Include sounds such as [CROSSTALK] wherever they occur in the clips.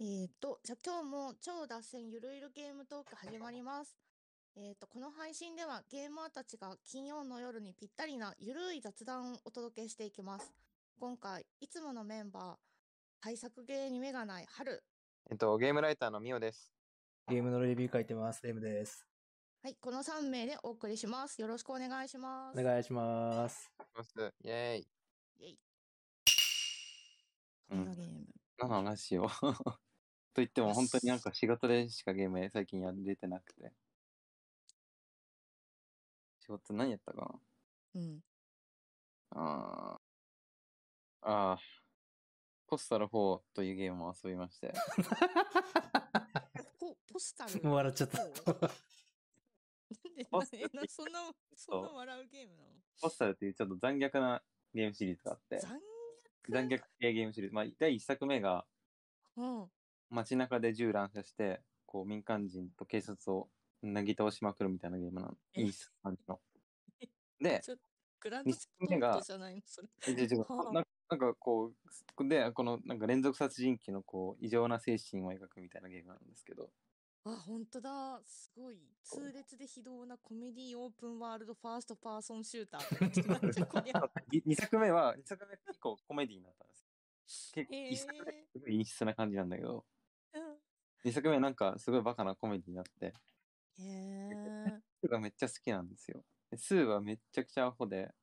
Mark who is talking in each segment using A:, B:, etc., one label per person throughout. A: えーと、じゃあ今日も超脱線ゆるゆるゲームトーク始まります。えーと、この配信ではゲーマーたちが金曜の夜にぴったりなゆるい雑談をお届けしていきます。今回、いつものメンバー、対策ゲーに目がない春。
B: えっと、ゲームライターのミオです。
C: ゲームのレビュー書いてます。M です。
A: はい、この3名でお送りします。よろしくお願いします。
C: お願いします。
B: イェーイ。
A: イェイ。
B: うん
A: このゲーム。
B: 何の話を [LAUGHS] と言っても本当になんか仕事でしかゲーム最近やれてなくて。仕事何やったか
A: うん。
B: なあーあー。ポスタル4というゲームを遊びま [LAUGHS] して。
A: ポポスタル。
C: もう [LAUGHS] [LAUGHS] 笑っちゃった。
A: [LAUGHS]
B: ポスタル
A: えなそんな、そんな笑うゲームなの
B: ポスタルっていうちょっと残虐なゲームシリーズがあって。
A: 残
B: 残虐系ゲームシリーズ。まあ、第1作目が
A: うん。
B: 街中で銃乱射して、こう民間人と警察をなぎ倒しまくるみたいなゲームなの。
A: え
B: いい感じの。で、
A: ちょグランド
B: 二
A: セ
B: 作
A: ッ
B: 目
A: ト
B: が
A: オートじゃないの [LAUGHS] それ。
B: 違う違う
A: はあ
B: ななんかこうでこのなんか連続殺人鬼のこう異常な精神を描くみたいなゲームなんですけど
A: あ、本当だ。すごい。痛烈で非道なコメディオープンワールドファーストパーソンシューター。なんじゃこり
B: [LAUGHS]
A: ゃ。
B: 2作目は2作目以降コメディになったんです結構
A: へえ
B: 1作目すごい陰湿な感じなんだけど
A: うん
B: 2作目はなんかすごいバカなコメディになって
A: へ
B: [LAUGHS]
A: え。
B: 2がめっちゃ好きなんですよで2はめっちゃくちゃアホで、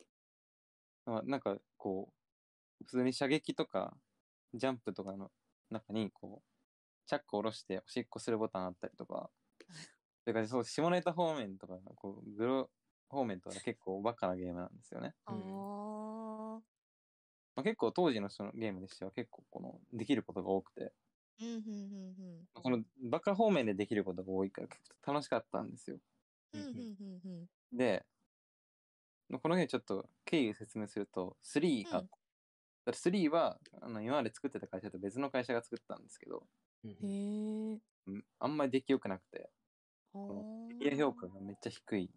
B: まあ、なんかこう普通に射撃とかジャンプとかの中にこうチャックを下ろしておしっこするボタンあったりとかてかそう下ネタ方面とかこうグロ方面とか結構バカなゲームなんですよね、
A: ああ。
B: まあ、結構当時のそのゲームでしては結構このできることが多くて
A: うんうんうんうん。
B: まあそのバカ方面でできることが多いから結構楽しかったんですよ
A: うんうんうんうん。
B: でこのゲームちょっと経緯を説明すると3が、
A: うん
B: だって3はあの今まで作ってた会社と別の会社が作ったんですけど
C: うん
A: へえ。
B: うんあんまり出来良くなくて
A: あー
B: 出来評価がめっちゃ低いっ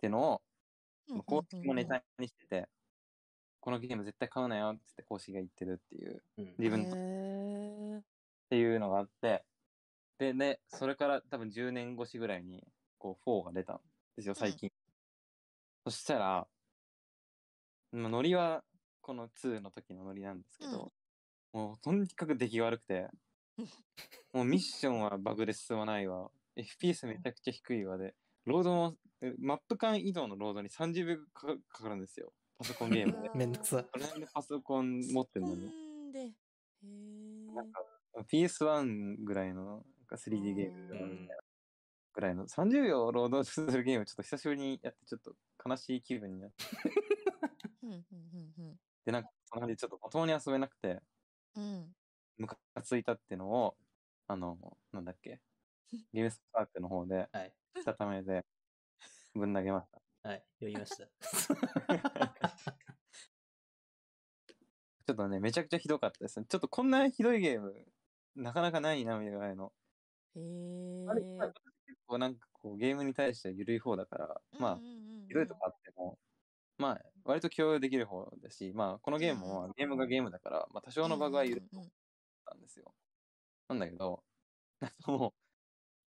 B: てのを
A: うんうんうんうん
B: 公式もネタにしてて、このゲーム絶対買うなよってって公式が言ってるっていう、
C: うん
B: 自分とっ
A: へえ。
B: ていうのがあって、で、ね、それから多分10年越しぐらいに、こう、4が出たんですよ、最近。そしたら、まあ、ノリは、この2の時のノリなんですけど、もう、とにかく出来が悪く [LAUGHS] て
A: うん、
B: もうミッションはバグで進まないわ、FPS めちゃくちゃ低いわで、ロードも、えマップ間移動のロードに30秒かかかかるんですよ、パソコンゲームで。 [LAUGHS]
C: めんどくさい。
B: この辺でパソコン [LAUGHS] 持ってるの
A: 突
B: に
A: っ。込んで。へえ。
B: なんか PS1 ぐらいのなんか 3D ゲーム
A: う
C: う
A: ー
C: ん
B: ぐらいの30秒労働するゲームちょっと久しぶりにやってちょっと悲しい気分になって
A: うんうんうん
B: でなんかその辺でちょっとまともに遊べなくて
A: うん。うん。
B: ムカついたってのをあのなんだっけゲームスパークの方で
C: はい。
B: したためでぶん投げました
C: はい。読みました。 [LAUGHS]
B: ちょっとねめちゃくちゃひどかったですねちょっとこんなひどいゲームなかなかないなみたいなの
A: へ
B: あれ
A: え。
B: 結構なんかこうゲームに対しては緩い方だからまあ
A: うんうんうんうん
B: ひどいとこあっても、まあ、割と許容できる方だし、まあ、このゲーム
A: う
B: は
A: ん
B: ゲームがゲームだから、まあ、多少のバグは許ったんですよ。なんだけど、 [LAUGHS] なんかも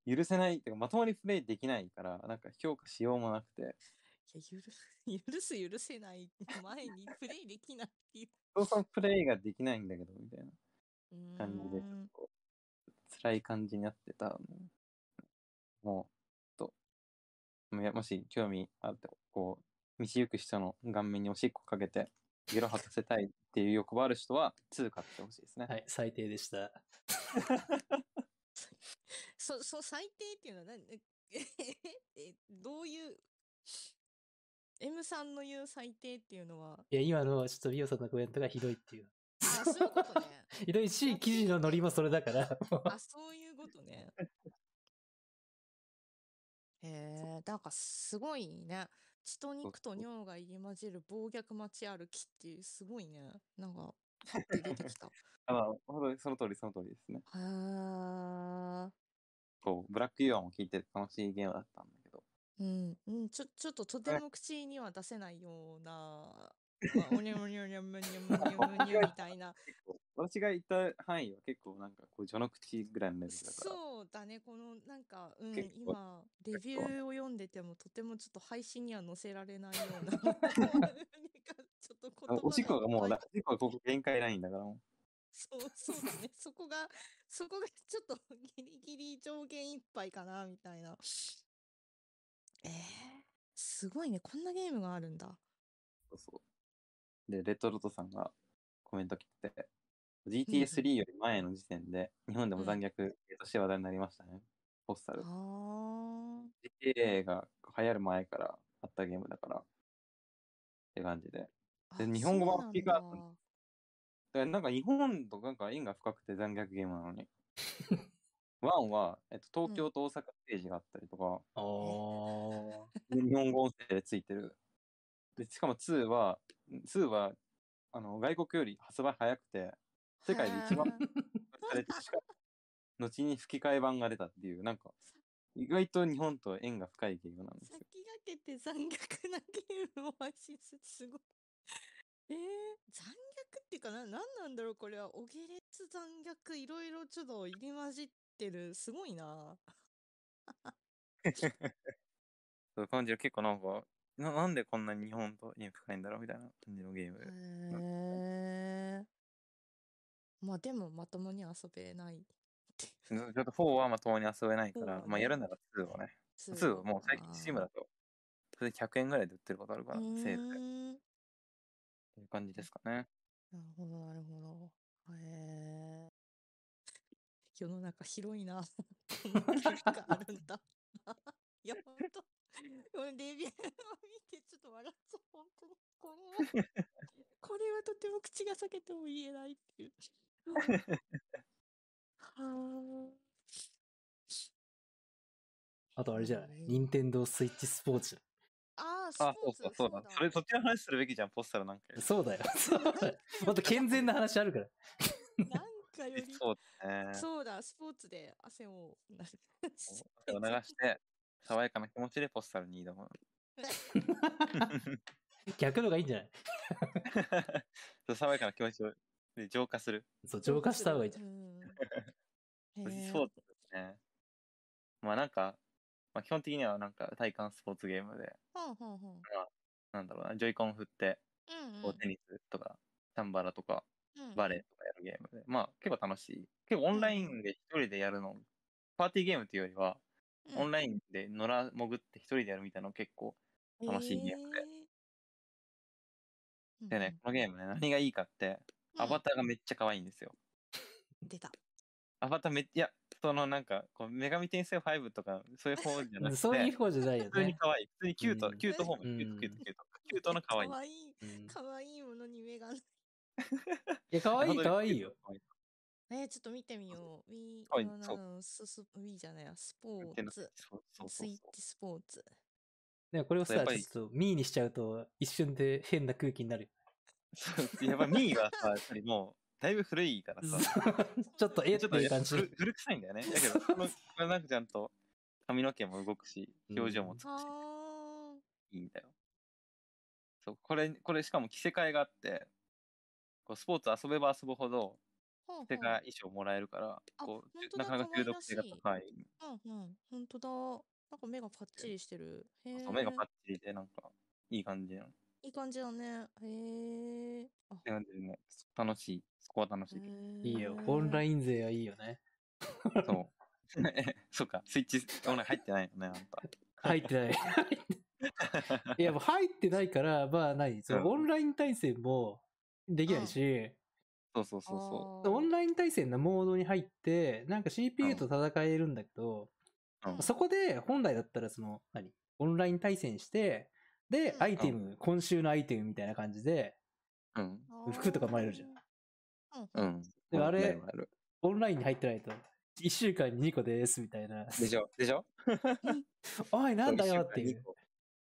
B: う、許せない、てかまともにプレイできないから、なんか評価しようもなくて、
A: いや許す [LAUGHS] 許す許せない前にプレイできないっていう
B: そうそうプレイができないんだけど、みたいな感じで、
A: う
B: ちょ
A: ー
B: っ
A: ん
B: と辛い感じになってたの。もう、ちょっと、もやもし興味あって、こう、道行く人の顔面におしっこかけて、ゲロ吐かせたいっていう欲がある人は、2買ってほしいですね。
C: はい。最低でした。
A: そそ最低っていうのは何 [LAUGHS] えどういう M さんの言う最低っていうのは
C: いや、今のちょっとビオさんのコメントがひどいっていう。
A: あそういうことね
B: [LAUGHS]
C: ひどいし、記事のノリもそれだ [LAUGHS] から。もう
A: あそういうことねへえなんかすごいね血と肉と尿が入り混じる暴虐街歩きっていうすごいねなんかパッて出てきたへ
B: あまあ、本当にその通り、その通りですね。
A: え
B: こう、ブラックユアも聞いて楽しいゲームだったんだけど、 [LAUGHS]
A: うん、うん、ちょ、ちょっととても口には出せないようなまあおにゃむにゃむにゃむにゃむにゃむにゃみたいな。
B: 私がいた範囲は結構なんかこう序の口ぐらいのレベルだから。
A: そうだね、このなんか、うん、
B: 結構
A: 今、レビューを読んでても、とてもちょっと配信には載せられないよ
B: [LAUGHS]
A: うな。なんかちょっと言葉
B: あおしっこがも
A: いっ
B: う
A: ぱい
B: だ、おしっこはここ限界ラインだからも
A: そう、そうだね。そこが、そこがちょっとギリギリ上限いっぱいかな、みたいな。えー、すごいね。こんなゲームがあるんだ。
B: う。そうそうで、レトロトさんがコメント来てて、
A: うん
B: GTS3 より前の時点で、日本でも残虐として話題になりましたね。ポスタ
A: あ
B: ル。
A: ー
B: GTA が流行る前からあったゲームだから。って感じで。だか
A: あ。
B: で日本語版
A: そう
B: スピーカー
A: なんだ
B: らなんか日本となんか縁が深くて残虐ゲームな
A: [LAUGHS]
B: のに。ワンは、えっと、東京と大阪ステージがあったりとか、
C: お
B: で日本語音声でついてる。で、しかも2は、2は、あの、外国より発売早くて、世界で一
A: [LAUGHS]
B: 番
A: へー
B: されてしか、後に吹き替え版が出たっていう、なんか、意外と日本と縁が深いゲームなんです
A: 先
B: よ。
A: 駆けて残虐なゲームを配信するすごい。えー、残虐っていうかな、何なんだろうこれは。おげれつ残虐、いろいろちょっと入り混じってる。すごいな。
B: そう感じる結構なんかな、なんでこんなに日本と縁深いんだろうみたいな感じのゲームで。
A: へえ。まあでもまともに遊べないって。
B: ちょっと4はまともに遊べないか
A: そう
B: ら、
A: だね
B: まあやるなら2はね。2はもう最近チームだと、それで100円ぐらいで売ってることあるから、
A: う
B: セ
A: ーん
B: ールで。っていう感じですかね。
A: なるほど、なるほど。へえ。世の中広いな。こんな結果あるんだ。いや、ほんと。俺、レビューを見てちょっと笑っちゃう。本当に。これは、これはとても口が裂けても言えないっていう。はあ。
C: あとあれじゃない任天堂スイッチスポーツ。
A: ああ、スポ
B: あ、
A: ー
B: そう
A: ツ
B: そう、そうだ。それ、そっちの話するべきじゃん、ポスターなんかより。
C: そうだよ。そうだよもっと健全な話あるから。
A: なんかより、
B: そうだね。
A: そうだ、スポーツで汗を流し
B: 汗を流して、爽やかな気持ちでポスターに挑む。 [LAUGHS]
C: [LAUGHS] 逆のがいいんじゃない
B: そう爽やかな気持ちをで浄化する。
C: そう、浄化した方がいいじゃん。
A: うん。へえ
B: そうですね。まあなんか、まあ、基本的にはなんか体感スポーツゲームで、
A: ほんほんほん。
B: なんだろうな、ジョイコン振って、
A: うんうん
B: こうテニスとか、チャンバラとか、
A: うん
B: バレーとかやるゲームで、まあ結構楽しい。結構オンラインで一人でやるの、パーティーゲームというよりは、
A: うん
B: オンラインで野良潜って一人でやるみたいなの結構楽しいゲームで
A: へえ
B: でね、このゲームね、何がいいかって、
A: うんうん
B: アバターがめっちゃ可愛いんですよ。
A: 出た。
B: アバターめっいや、そのなんか、こう女神転生5とか、そういう方じゃなくて、
C: そういう方じゃないよ
B: 普通に
C: ね。
B: 可愛い。普通にキュート、
C: うん
B: キュート方面、
C: うん
B: キュート、キュート、キュート。キュートの可愛い。
A: かわいい。
C: うん
A: かわいいものに目がない。
C: [LAUGHS] いや、可愛い、可愛いよ。
B: 本当にキュート。
A: えー、ちょっと見てみよう。ウィー、
B: 可愛い
A: あ
B: そう
A: のススウィーじゃないや、スポ
B: 言ってな
A: ー
B: い
A: ツ。
B: そうそうそ
A: ス
B: う
A: イッ
B: そう。
A: チスポーツ。
C: でもこれをさ、
B: や
C: ち
B: っぱり
C: ょっとミーにしちゃうと、一瞬で変な空気になるよ。
B: そうやっぱミーはさ、やっぱりもう、だいぶ古いからさ、
C: ちょっと、え
B: ち
C: え
B: ょっ
C: と
B: と
C: い
B: や
C: う
B: っぱ
C: 感じ。
B: 古古臭いんだよね。だけど、この、これなんかちゃんと髪の毛も動くし、
C: うん
B: 表情もつくし、
A: あ
B: いいんだよ。そう、これ、これしかも着せ替えがあって、こうスポーツ遊べば遊ぶほど、
A: あ。
B: 着せ替え衣装もらえるから、
A: あ
B: こ
A: 本
B: う、
A: 当
B: な
A: だ
B: かなか中毒性が
A: 可
B: 高い。
A: うんうん。ほんとだ。なんか目がパッチリしてる。へえ。
B: そう目がパッチリで、なんか、いい感じの。
A: いい感じだね。へえ。あ
B: って感じでね、楽しい。そこは楽しいけど。
C: いいよ。オンラ
A: ン。
C: イン勢はいいよね。
B: そう。 [LAUGHS] そうか、スイッチ、オンライン入ってないのね、
C: 入って
B: [LAUGHS]
C: ない。
A: [LAUGHS]
B: あんた。
C: いや、もう入ってないから、まあ何そのオンライン対戦もできないし、
B: そうそうそうそ
A: あー
C: オンライン対戦のモードに入って、なんか CPU と戦えるんだけど、
B: うん
C: そこで本来だったらその、何オンライン対戦して、で
A: う、ん
C: アイテム、今週のアイテムみたいな感じで、
B: う。うん。
C: 服とかもらえるじゃん
A: あー。
B: うん。
C: でもあれ
B: もらえるもらえる
C: オンラインに入ってないと、1週間に2個です、みたいな。
B: でしょでしょ
C: おい、なんだよっていう。。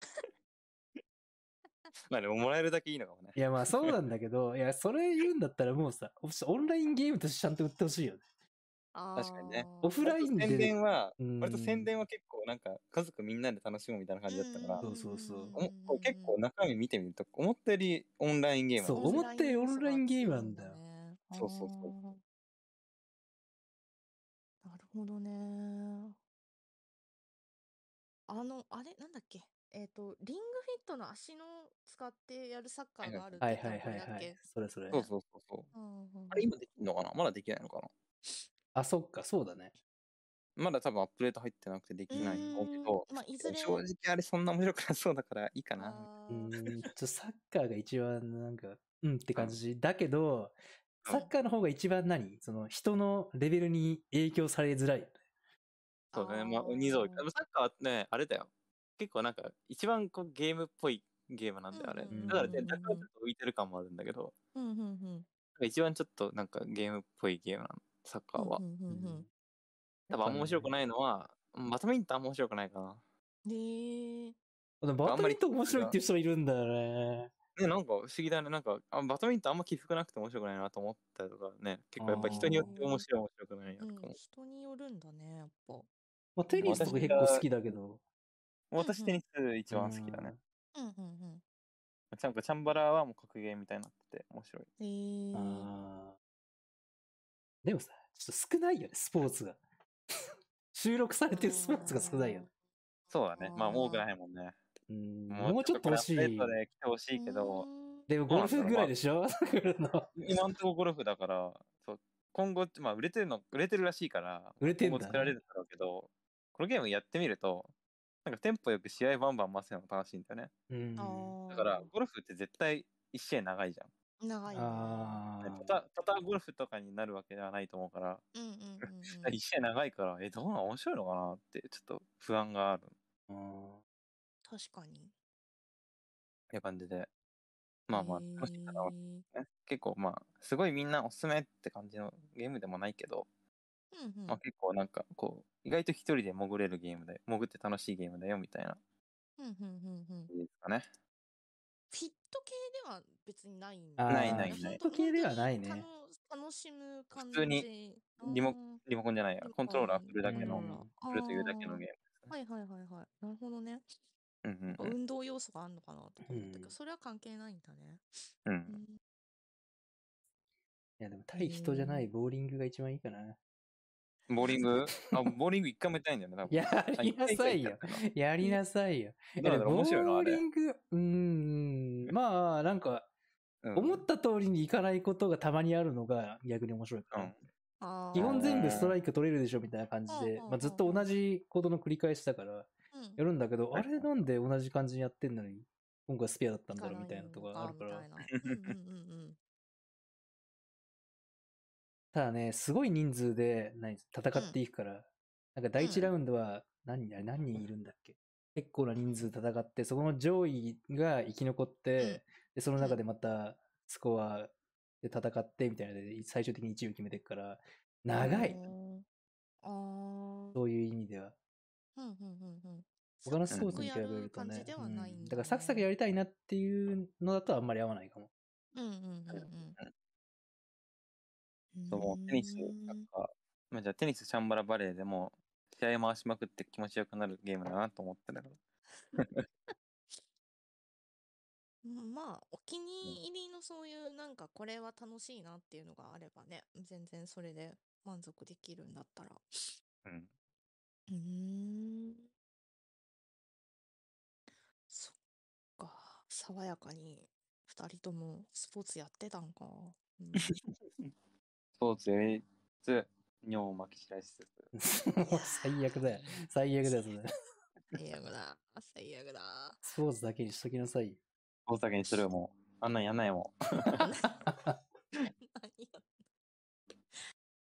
B: [LAUGHS] まあでももらえるだけいいのかもね
C: い。や、まあそうなんだけど、いや、それ言うんだったらもうさ、オンラインゲームとしてちゃんと売ってほしいよね。
B: 確かにね
A: あー
C: オフラインで
B: 宣伝は、
C: うん
B: 割と宣伝は結構なんか家族みんなで楽しむみたいな感じだったから、
C: んそうそうそうん
B: おもこう結構中身見てみると思ったよりオンラインゲーム
C: そ
B: なん
C: う
B: ですよ
C: 思ったよりオンラインゲームなんだよ
B: そうそうそう
A: あーなるほどね。あの、あれ、なんだっけ。えっ、と、リングフィットの足の使ってやるサッカーがあるって
C: はい
A: 言った
C: はいは
A: のこれだ
C: いは
A: っけ
C: い。それそれ
B: そうそうそうそう
A: うんうんうん
B: あれ今できるのかなまだできないのか
C: あそっかそうだね
B: なまだ多分アップデート入ってなくてできないと思うけど
A: うんまあ、いず
B: 正
A: れ
B: 直あれそんな面白くなそうだからいいかな
A: あ
C: う
A: ー
C: んちょっとサッカーが一番なんかうんって感じだけどサッカーの方が一番何その人のレベルに影響されづらい
B: そうだねまあ
A: あー
B: 鬼ぞでもサッカーはねあれだよ結構なんか一番こうゲームっぽいゲームなんだよあれ
A: うん
C: うんうん
B: だからねだからちょっと浮いてる感もあるんだけど
A: うんうんうん。
B: なんか一番ちょっとなんかゲームっぽいゲームなのサッカーは
A: うんうんうんうん
B: 多分あんま面白くないいのはバドミントンあんま面白くないかな
A: ねえ
C: バ
B: あん
C: ド
B: ま
C: ミ
B: り
C: ントン面白いっていう人いるんだよね
B: ね、なんか不思議だね。なんか、あバドミントンあんま起伏なくて面白くないなと思ったりとかね。結構やっぱ人によって面白い面白くないな
A: う
B: と
A: ん
B: かも。
A: 人によるんだね、やっぱ。
C: まあテニスとか結構好きだけど
B: 私テニス一番好きだね。
A: うんうん
B: ちゃんとチャンバラはもう格ゲーみたいになってて面白い。
A: うん。ええ
C: うんあーでもさちょっと少ないよねスポーツ [LAUGHS] が収録されてるスポーツが少ないよね
B: そうだね。まあ
A: あー
B: 多くないもんね。
C: うんもうちょっと欲し
B: アップデー
C: い
B: トで来てほしいけど、。
C: でもゴルフぐらいでしょ [LAUGHS] 来るの
B: 今んとこゴルフだから、そう今後、まあ売れてるの、売れてるらしいから、
C: 売れてん
B: 今
C: だね
B: 後作られるだろうけど、このゲームやってみると、なんかテンポよく試合バンバン回せるの楽しいんだよね。
C: うん
A: あー
B: だから、ゴルフって絶対一試合長いじゃん。
A: 長いね。
C: あ
B: ね
C: ー
B: パタパターゴルフとかになるわけではないと思うから、
A: うんうんうんうん。
B: 一試合長いから、え、どうなん面白いのかなって、ちょっと不安がある
C: うん
A: 確かに。
B: って感じで、まあまあ、
A: へえ
B: 楽しみだな、ね。結構まあ、すごいみんなおすすめって感じのゲームでもないけど、
A: うんうん
B: まあ結構なんかこう、意外と一人で潜れるゲームで、潜って楽しいゲームだよみたいな
A: うんうんうんうん。
B: 感じですかね。
A: フィット系では別にないん
C: あ
A: だ
C: ー
B: ないないな
A: ほ
B: い
A: んと
C: フィット系ではないね
A: ほんとに楽楽しむ感じ。
B: 普通にリモ
A: あ
B: リモコンじゃないや、
A: ー
B: コントローラー振るだけ
C: う
B: の
C: ん、
B: 振るというだけのゲー
A: あ
B: ム
A: ーはいはいはいはい。なるほどね。
B: うんうんうん
A: 運動要素があるのかなとか思ったけ
C: うん
A: ど、それは関係ないんだね。
B: う。
A: うんん
C: いやでも対人じゃないボーリングが一番いいかな。 [LAUGHS]
B: ボーリングあ、ボーリング一回もやってないんだよね、多分。
C: やりなさいよ
B: あ。一回一回やった
C: やりなさいよ。
B: どうだろう
C: いや
B: 面白いの
C: ボ
B: あ
C: ー
B: れ
C: リ。ング、うーん、まあなんか、
B: うん
C: 思った通りにいかないことがたまにあるのが逆に面白いか
B: う
C: な。
B: ん。
A: あー
C: 基本全部ストライク取れるでしょみたいな感じ
A: うんうん
C: で
A: うんう、ん
C: まあ、ずっと同じことの繰り返しだから
A: うん
C: やるんだけど、
B: はい
C: あれなんで同じ感じにやってんのに、今回スペアだったんだろうみたいなとこがあるから。
A: 行かないのか
C: [LAUGHS]
A: みたいな。うんうんうんうん。
C: ただね、すごい人数で何戦っていくから、なんか第一
A: うん
C: ラウンドは何人、あれ何人いるんだっけ結構な人数戦って、そこの上位が生き残って、
A: うん
C: でその中でまたスコアで戦ってみたいなので、最終的に1位を決めていくから、長い、
A: あー。うん
C: そういう意味では。
A: うんうんうん。
C: 他のスポ
B: サ
C: ー
B: クサ
C: ツ
B: ク
C: に比べると
A: やる感
C: ね
A: じでは
C: うん
A: ないんだね
C: だからサクサクやりたいなっていうのだとあんまり合わないかも。 [LAUGHS]
A: うんうんうんうん。
B: そうもうテニス
A: うーん、
B: サッカー、まあ、じゃあテニス、チャンバラバレーでも、試合回しまくって気持ちよくなるゲームだなと思ってるから。
A: うんまあ、お気に入りのそういう、なんか、これは楽しいなっていうのがあればね、全然それで満足できるんだったら。
B: うん。
A: うーん。そっか、爽やかに、二人ともスポーツやってたんか。うん
B: スポーツやりつつ、尿をまき散らしつつ。
C: 最悪だよ。最悪だよ、それ。
A: [LAUGHS] 最悪だ、最悪だ。 [LAUGHS]
C: スポーツだけにしときなさいよ。
B: 大阪にするよもう。あんなんやんないもん。
A: 何や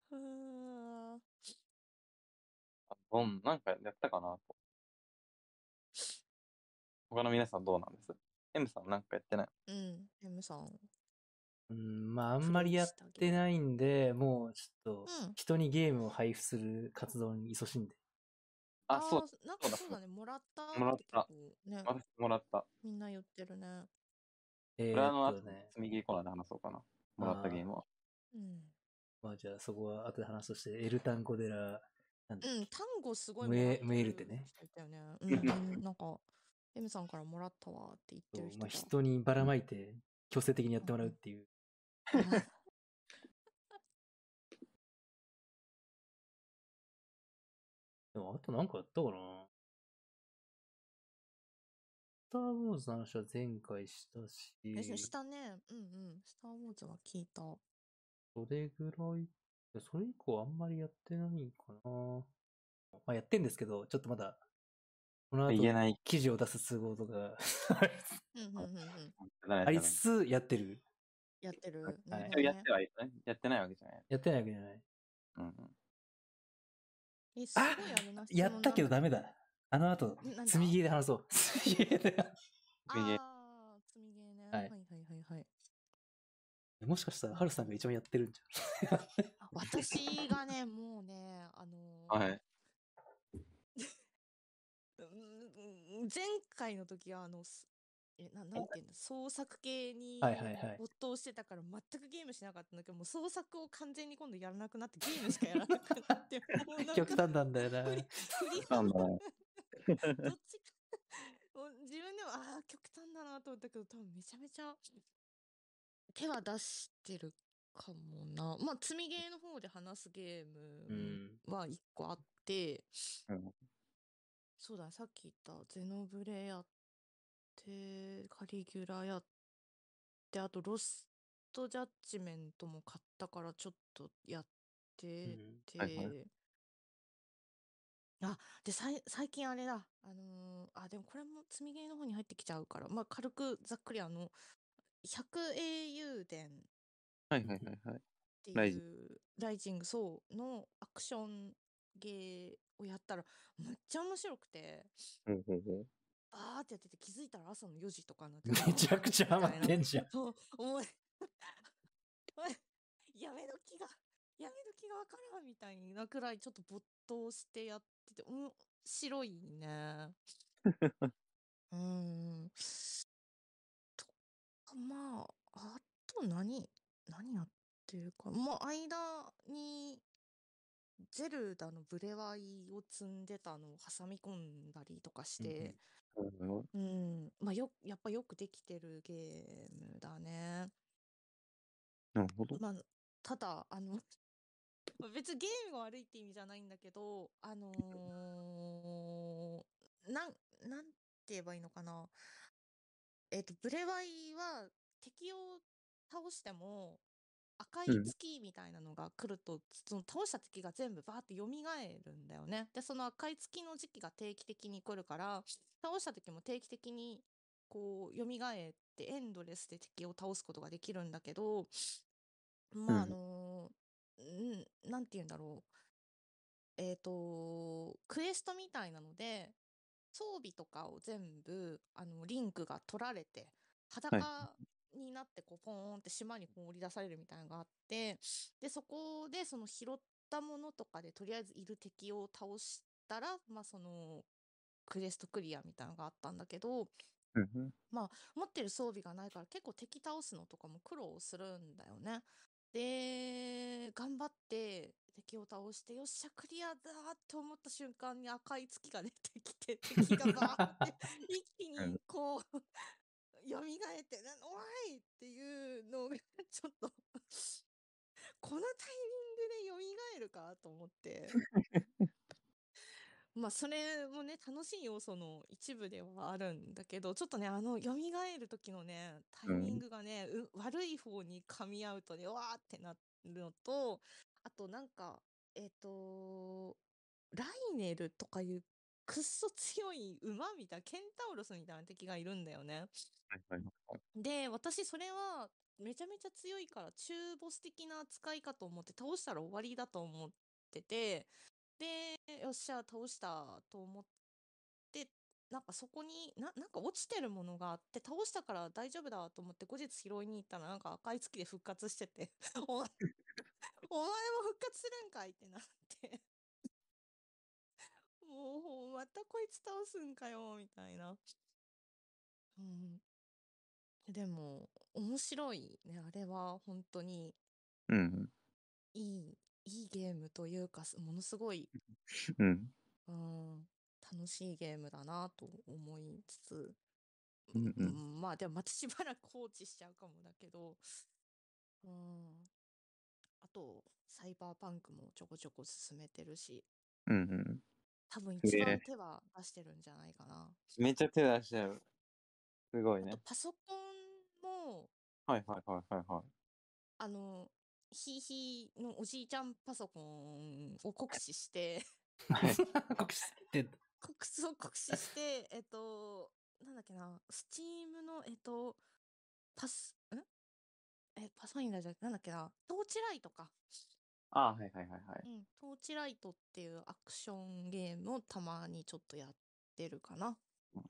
A: うーん
B: あどん、なんかやったかなと。他の皆さんどうなんです ?M さんなんかやってない。
A: うん、M さん。
C: うん、まああんまりやってないんで、もうちょっと
A: うん
C: 人にゲームを配布する活動に勤しんで。
B: あ、そう、
A: ーなんか
B: そうだ
A: そうだね、もらった
B: もらった
A: て結構ね、
B: 私もらった。
A: みんな言ってるね。
C: え
B: これあの、
C: ー、
B: あ
C: っ
B: と
C: とね。
B: 積み切りコーナーで話そうかな。もらったゲームは。
A: うん。
C: まあじゃあそこは後で話すとして、エルタンコデラ、なんだっけ
A: うん、単語すごい
C: メ
A: もらって
C: メールでね
A: る人いたよね。うん、うんなんか、エムさんからもらったわって言って
C: そう
A: る人
C: まあ、
A: が。
C: 人にばらまいて強制的にやってもらうっていう。でもあとなんかやったかなスター・ウォーズの話は前回したし、
A: [LAUGHS]
C: [LAUGHS]
A: ですね、したね。うんうん。スター・ウォーズは聞いた。
C: それぐらい、いやそれ以降あんまりやってないかな。まあやってんですけど、ちょっとまだ、この
B: 言え
C: 後
B: ない。
C: 記事を出す都合とか
A: うんうんうんうん。
C: ありつつやってる。
A: やってる。な
B: は
A: る
B: い
A: ほど
B: やっ
A: ね
B: てはいない。やってないわけじゃない。
C: やってないわけじゃない。
B: うんうん。
A: え、すごいあれな質問
C: やったけどダメ
A: なん
C: だ。あの後
A: えなん、だ
C: 積み切りで話そう。 [LAUGHS] 積み切り
A: だけ
C: で。
B: ゲ
A: ど。
B: ー
A: あー、積みゲーね。
C: は
A: はいいはいはいはい。
C: もしかしたら、ハルさんが一番やってるんじ
A: 私がね、もうね、あのー、
B: はい。
A: うん前回の時はあの、すえ、ななんていうんだ、創作系に
C: ゃん。はいはいはい。
A: 没頭してたから全くゲームしなかったんだけど、もう創作を完全に今度やらなくなってゲームしかやらなくなって、も [LAUGHS] うなんか
C: 極端なんだよな。
A: 振り振り
B: なんだ
A: 幅
B: ろ
A: どっちかもう自分でもああ極端だなと思ったけど多分めちゃめちゃ手は出してるかもなまあ積みゲーの方で話すゲ
C: う
A: ーム
C: ん。
A: は一個あって、
B: うん
A: そうだねさっき言ったゼノブレやってカリギュラやってあとロストジャッジメントも買ったからちょっとやって、
C: うん
A: で、
B: はいはい
A: あでさい最近あれだあのーあでもこれも積みゲーの方に入ってきちゃうからまあ軽くざっくりあの 100au 伝っ
B: はいはいはいはい。
A: て
B: ライ
A: い
B: ジン
A: うライジングそうのアクションゲーをやったらめっちゃ面白くて
B: うんうんうん
A: バーってやってて気づいたら朝の4時とかにな
B: [LAUGHS]
A: って
C: めちゃくちゃハマっ
A: みた
C: て
A: い
C: ん
A: な
C: じゃん。
A: そう [LAUGHS] おいおいやめ時がやめ時がわからんみたいなくらいちょっと没頭してやってて面白いねうーんとまああと何何やってるかまあ間にゼルダのブレワイを積んでたのを挟み込んだりとかして、
C: うん
B: うん
C: うん
B: うん。
A: うん、まあよ、やっぱよくできてるゲームだね。
B: なるほど。
A: まあ、ただ、あの、 [LAUGHS] まあ別にゲームが悪いって意味じゃないんだけど、あのーなん、なんて言えばいいのかな。えっ、と、ブレワイは敵を倒しても、赤い
B: うん
A: 月みたいなのが来ると、その倒した敵が全部バーって蘇るんだよね。で、その赤い月の時期が定期的に来るから、倒した時も定期的にこう蘇ってエンドレスで敵を倒すことができるんだけどまああ
B: うん
A: のうん、なんて言うんだろうえっ、とクエストみたいなので装備とかを全部あのリンクが取られて裸になってこうポーンって島に放り出されるみたいなのがあってでそこでその拾ったものとかでとりあえずいる敵を倒したらまあそのクエストクリアみたいなのがあったんだけど
B: うんうん
A: 持ってる装備がないから結構敵倒すのとかも苦労するんだよね。で頑張って敵を倒してよっしゃクリアだーって思った瞬間に赤い月が出てき
B: [LAUGHS]
A: て敵がバーって一気
B: うん
A: にこう [LAUGHS] 蘇ってな「おい!」っていうのがちょっと [LAUGHS] このタイミングで蘇るかと思ってまあそれもね楽しい要素の一部ではあるんだけどちょっとねあの蘇る時のねタイミングがね、う悪い方に噛み合うとねうわーってなるのとあとなんかえっ、とライネルとかいうくっそ強い馬みたいなケンタウロスみたいな敵がいるんだよね。
B: はいはいはい
A: で、私それはめちゃめちゃ強いから中ボス的な扱いかと思って倒したら終わりだと思ってて、で、よっしゃ、倒したと思って、なんかそこにな、なんか落ちてるものがあって、倒したから大丈夫だと思って後日拾いに行ったらなんか赤い月で復活してて、 [LAUGHS] お前お前も復活するんかいってなって。もう、またこいつ倒すんかよ、みたいな。うん、でも、面白いね。あれは、本当に。
B: うんうん。
A: いい、いいゲームというか、すものすごい、
B: うん。
A: うん、楽しいゲームだなと思いつつ、
B: うんうん
A: うんまあでもまたしばらく放置しちゃうかもだけど、 [LAUGHS] うん、あと、サイバーパンクもちょこちょこ進めてるし、
B: うんうん。
A: 多分
B: す
A: 一
B: げえ
A: 番手は出してるんじゃないかな。
B: めっちゃ手出しちゃう。すごい
A: あ
B: ね
A: と。パソコンも、
B: はいはいはいはいはい。
A: あの、ひいひいのおじいちゃんパソコンを酷使して、
C: 告知って、
A: 酷使を酷使して、えっと、なんだっけな、スチームの、えっと、パス、んえ、パスファインダーじゃなくなんだっけな、トーチライトか。
B: ああ、はいはいはいは
A: う
B: い。
A: ん、トーチライトっていうアクションゲームをたまにちょっとやってるかな。
B: うん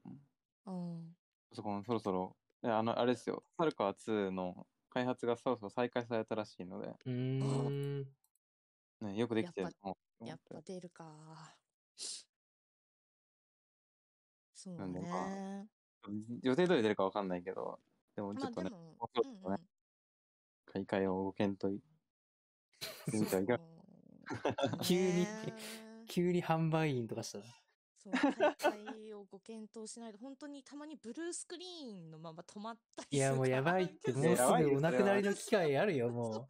A: うん。
B: そこもそろそろ、いやあの、あれですよ。サルカー2の開発がそろそろ再開されたらしいの
C: [LAUGHS]
B: で、
C: うーん。
B: ね、よくできてる
A: やっ
B: と思う
A: やっぱ
B: 本
A: 出るか。そう
B: なんだろうな
A: ね。
B: 当に予定通り出るかわかんないけど、でもち
A: ま
B: ょ
A: あ
B: っと
A: で
B: ね、
A: も
B: も、う
A: う
B: ちょっと
A: んう
B: ね
A: ん。
B: 買い替えをご検
A: [LAUGHS]
B: 討いしてみて [LAUGHS] はいかが
A: そうだ
C: 急に
A: ね
C: 急に販売員とかしたら。
A: そう、大会をご検討しないと、本当にたまにブルースクリーンのまま止まったり
C: いや、もう [LAUGHS] やばいって、もうす
B: やばいよ
C: ぐお亡くなり
B: それ
C: の
A: は
C: 機会あるよ、も。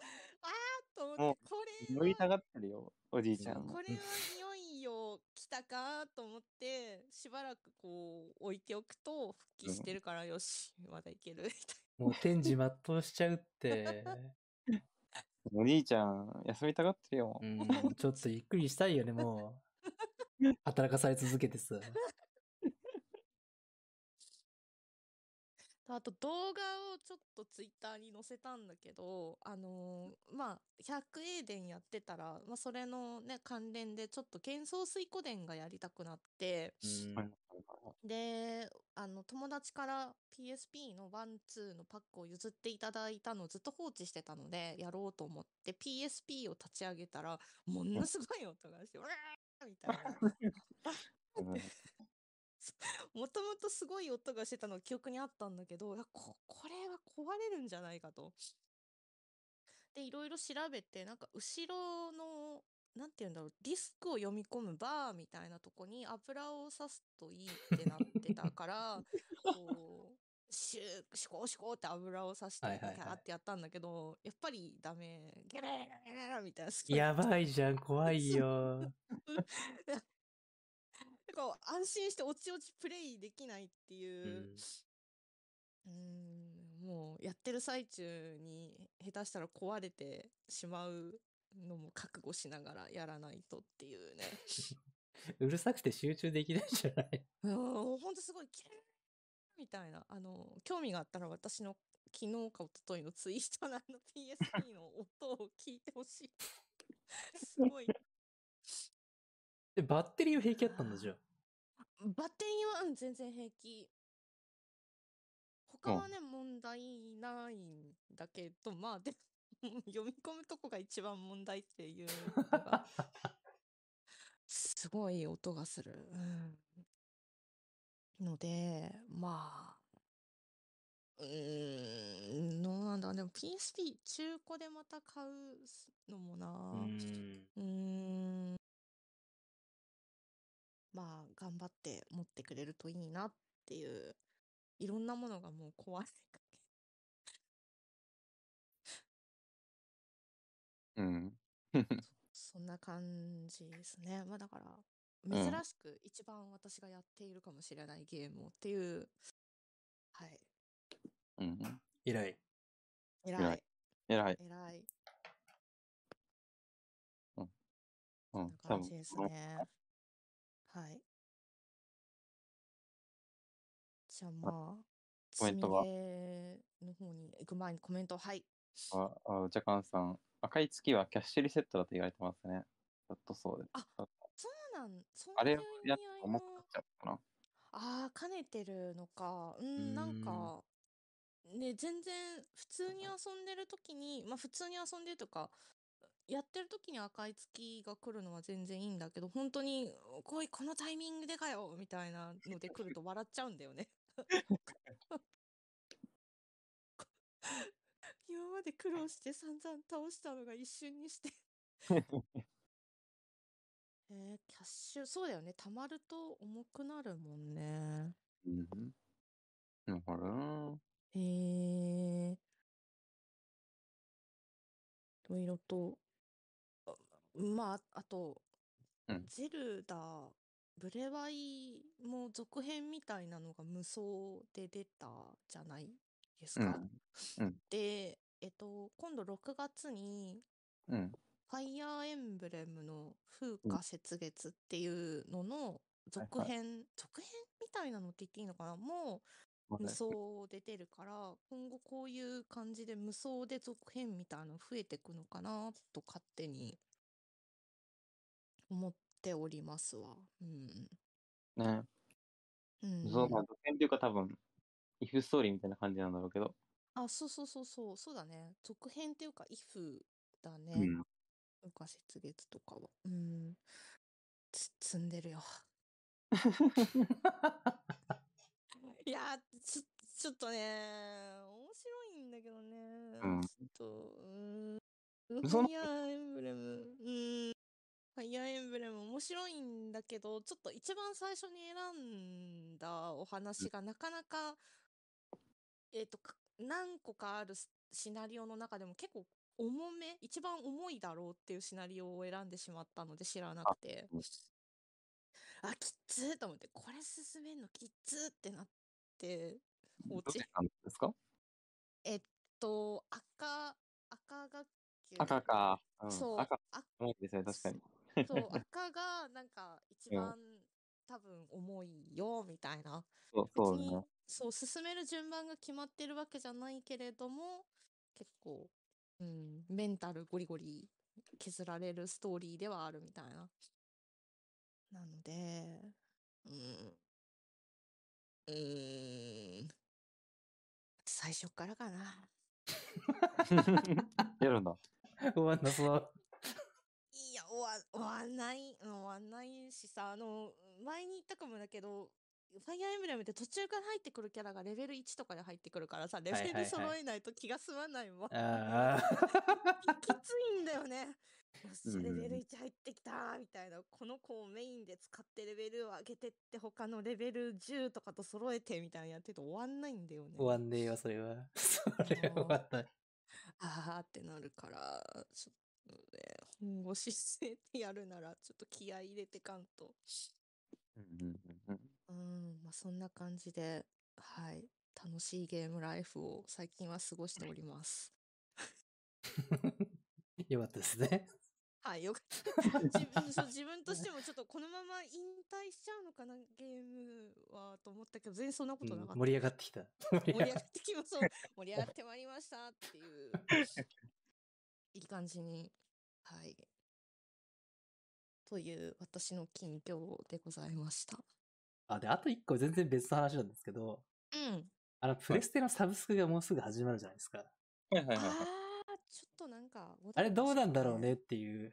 A: と思って
B: も
A: こ
B: 乗り
A: れ
B: たがってるよ、おじいちゃ
A: は、
B: んも
A: こ。れはいよいよ来たかと思って、しばらくこう置いておくと、復帰してるからよし、まだいけるみたいう
C: もう天示全うしちゃう [LAUGHS] って。
B: おじいちゃん、休みたがってるよ
C: う。ん、ちょっとゆっくりしたいよね、もう。働かされ続けてさ。
A: な。 [LAUGHS] あと動画をちょっとツイッターに載せたんだけど、あのーまあ、百英伝やってたら、まあ、それのね、関連でちょっと幻想水湖伝がやりたくなって、
C: うん
B: はいはい
A: で、あの、友達から PSP のワンツーのパックを譲っていただいたのをずっと放置してたので、やろうと思って PSP を立ち上げたら、ものすごい音がして、うわーみたいな。
B: はいはい
A: もともとすごい音がしてたのが記憶にあったんだけど、いやこ、これは壊れるんじゃないかと。で、いろいろ調べて、なんか後ろの、なんて言うんだろう、ディスクを読み込むバーみたいなとこに油を刺すといいってなってたから、こう、シュー、シュコーシュコーって油を刺して、
C: はいはいはい
A: ガーってやったんだけど、やっぱりダメ、ゲレーゲレーみたいな。
C: やば
A: [LAUGHS]
C: いじゃん、怖いよ。
A: なんか安心しておちおちプレイできないって
C: う
A: いう、
C: ん
A: うーんもうやってる最中に下手したら壊れてしまうのも覚悟しながらやらないとっていうね。
C: うるさくて集中できないじゃない。
A: うーん、ほんとすごい、キューみたいな。あの、興味があったら私の昨日か一昨日のツイートのあの PSP の音を聞いてほしい。 [LAUGHS] すごい。
C: で、バッテリーを平気だったんだじゃん。
A: バッテリーはうん全然平気。他はね、問題ないんだけど、まあでも、 [LAUGHS] 読み込むとこが一番問題っていうのがすごい音がする。うん、ので、まあ、うーん、どうなんだろうでも PSP 中古でまた買うのもな。
C: うん。
A: うーん。まあ、頑張って持ってくれるといいなっていう、いろんなものがもう壊れか
B: うん。
A: け。そんな感じですね。まあだから、
B: ん
A: 珍しく一番私がやっているかもしれないゲームをっていう、はい。
B: うん。
C: 偉い。 [LAUGHS]
A: 偉
B: 偉
A: い
B: い。偉い。
A: 偉い。
B: う
A: そん
B: ん
A: な。
B: 多
A: 感じ
B: 分
A: ですね。はい。じゃあまあ、
B: コ
A: 積
B: メン
A: み
B: トは
A: ゲーの方に行く前にコメントを、はい。
B: あ、あ、ジャカンさん、赤い月はキャッシュリセットだと言われてますね。ちょっとそうです。
A: あ
B: あ
A: そうなん、そう
B: あ
A: い
B: れ
A: う
B: を
A: 意味
B: や
A: 合
B: っ
A: いの
B: ぱ重くなっちゃうかな。
A: ああ、兼ねてるのか。う
C: ーん
A: ん、なんか、ね、全然、普通に遊んでる時に、まあ普通に遊んでるとか、やってる時に赤い月が来るのは全然いいんだけど、本当に、こい、このタイミングでかよみたいなので来ると笑っちゃうんだよね。 [LAUGHS] 今まで苦労して散々倒したのが一瞬にして。えー、キャッシュ、そうだよね。溜まると重くなるもんね。
B: うん。だから、
A: へえ。いろいろと、あまあ、あと、
B: うん
A: ゼルダ、ブレワイも続編みたいなのが無双で出たじゃないですか。
B: うんうん
A: で、えっと、今度6月に、
B: うん。
A: ファイヤーエンブレムの風花雪月っていうのの続編、続編みたいなのって言っていいのかなもう、
B: まあ
A: 無双で出るから、今後こういう感じで無双で続編みたいなの増えてくのかなと勝手に思っておりますわ。うん。
B: ね。
A: うん、
B: そう、まあ、続編っていうか多分、イフストーリーみたいな感じなんだろうけど。
A: あ、そうそうそうそう、そうだね。続編っていうか、イフだね。
B: うん。
A: なんか雪月とかは。うん。つ、積んでるよ。いやー、ちょ、ちょっとねー、面白いんだけどねー。
B: うん
A: ちょっと、うーん。フ
B: その
A: ァイヤーエンブレム、うーん。ファイヤーエンブレム面白いんだけど、ちょっと一番最初に選んだお話がなかなか、えっ、と、か何個かあるスシナリオの中でも結構重め、一番重いだろうっていうシナリオを選んでしまったので知らなくて。あ、きっつーと思って、これ進めんのきっつーってなって、放
B: どっ
A: 置
B: ち。なんですか
A: えっと、赤、赤学級。
B: 赤か。うん
A: そう。
B: 赤、
A: 赤
B: 重いですね、確かに。
A: そう、
B: [LAUGHS]
A: 赤がなんか一
B: うん
A: 番多分重いよ、みたいな。
B: そう、
A: 別
B: そう
A: に
B: ね。
A: そう、進める順番が決まってるわけじゃないけれども、結構、うん、メンタルゴリゴリ削られるストーリーではあるみたいな。なので、うん。うーん。最初からかな。
B: やるんだ。
C: 終わんなそう。
A: いや、終わ、終わんない、うん終わんないしさ、あの、前に言ったかもだけど、ファイアーエンブレムって途中から入ってくるキャラがレベル1とかで入ってくるからさ、レ
C: はい
A: ベ
C: はい
A: ル
C: はい
A: 揃えないと気が済まない
C: [LAUGHS]
A: わ。
C: あ
A: きついんだよね。よし、
B: うん
A: レベル1入ってきたみたいな。この子をメインで使ってレベルを上げてって、他のレベル10とかと揃えてみたいなやってると終わんないんだよね
C: ー。 [LAUGHS] 終わんねえよ、それは。それは終わんない。
A: あーってなるから、ちょっとね、本腰据えてやるなら、ちょっと気合い入れてかんと。
B: うんうんうんうん
A: うん、まあ、そんな感じで、はい、楽しいゲームライフを最近は過ごしております。
C: [LAUGHS] よかったですね。
A: はい、よかった。 [LAUGHS] 自分そう自分としてもちょっとこのまま引退しちゃうのかな、ゲームはと思ったけど、全然そんなこ
C: う
A: と
C: ん
A: なかった。
C: 盛り上がってきた。盛
A: 盛
C: り上がっ
A: り上が
C: て
A: ってきまそう。盛り上がってまいりましたっていう。いい感じに。はい。という私の近況でございました。
C: あ、で、あと一個全然別の話なんですけど、
A: うん。
C: あの、プレステのサブスクがもうすぐ始まるじゃないですか。
B: はいはい
A: ああ
B: はいはい。
A: ー、ちょっとなんか、
C: あれどうなんだろうねっていう。
B: う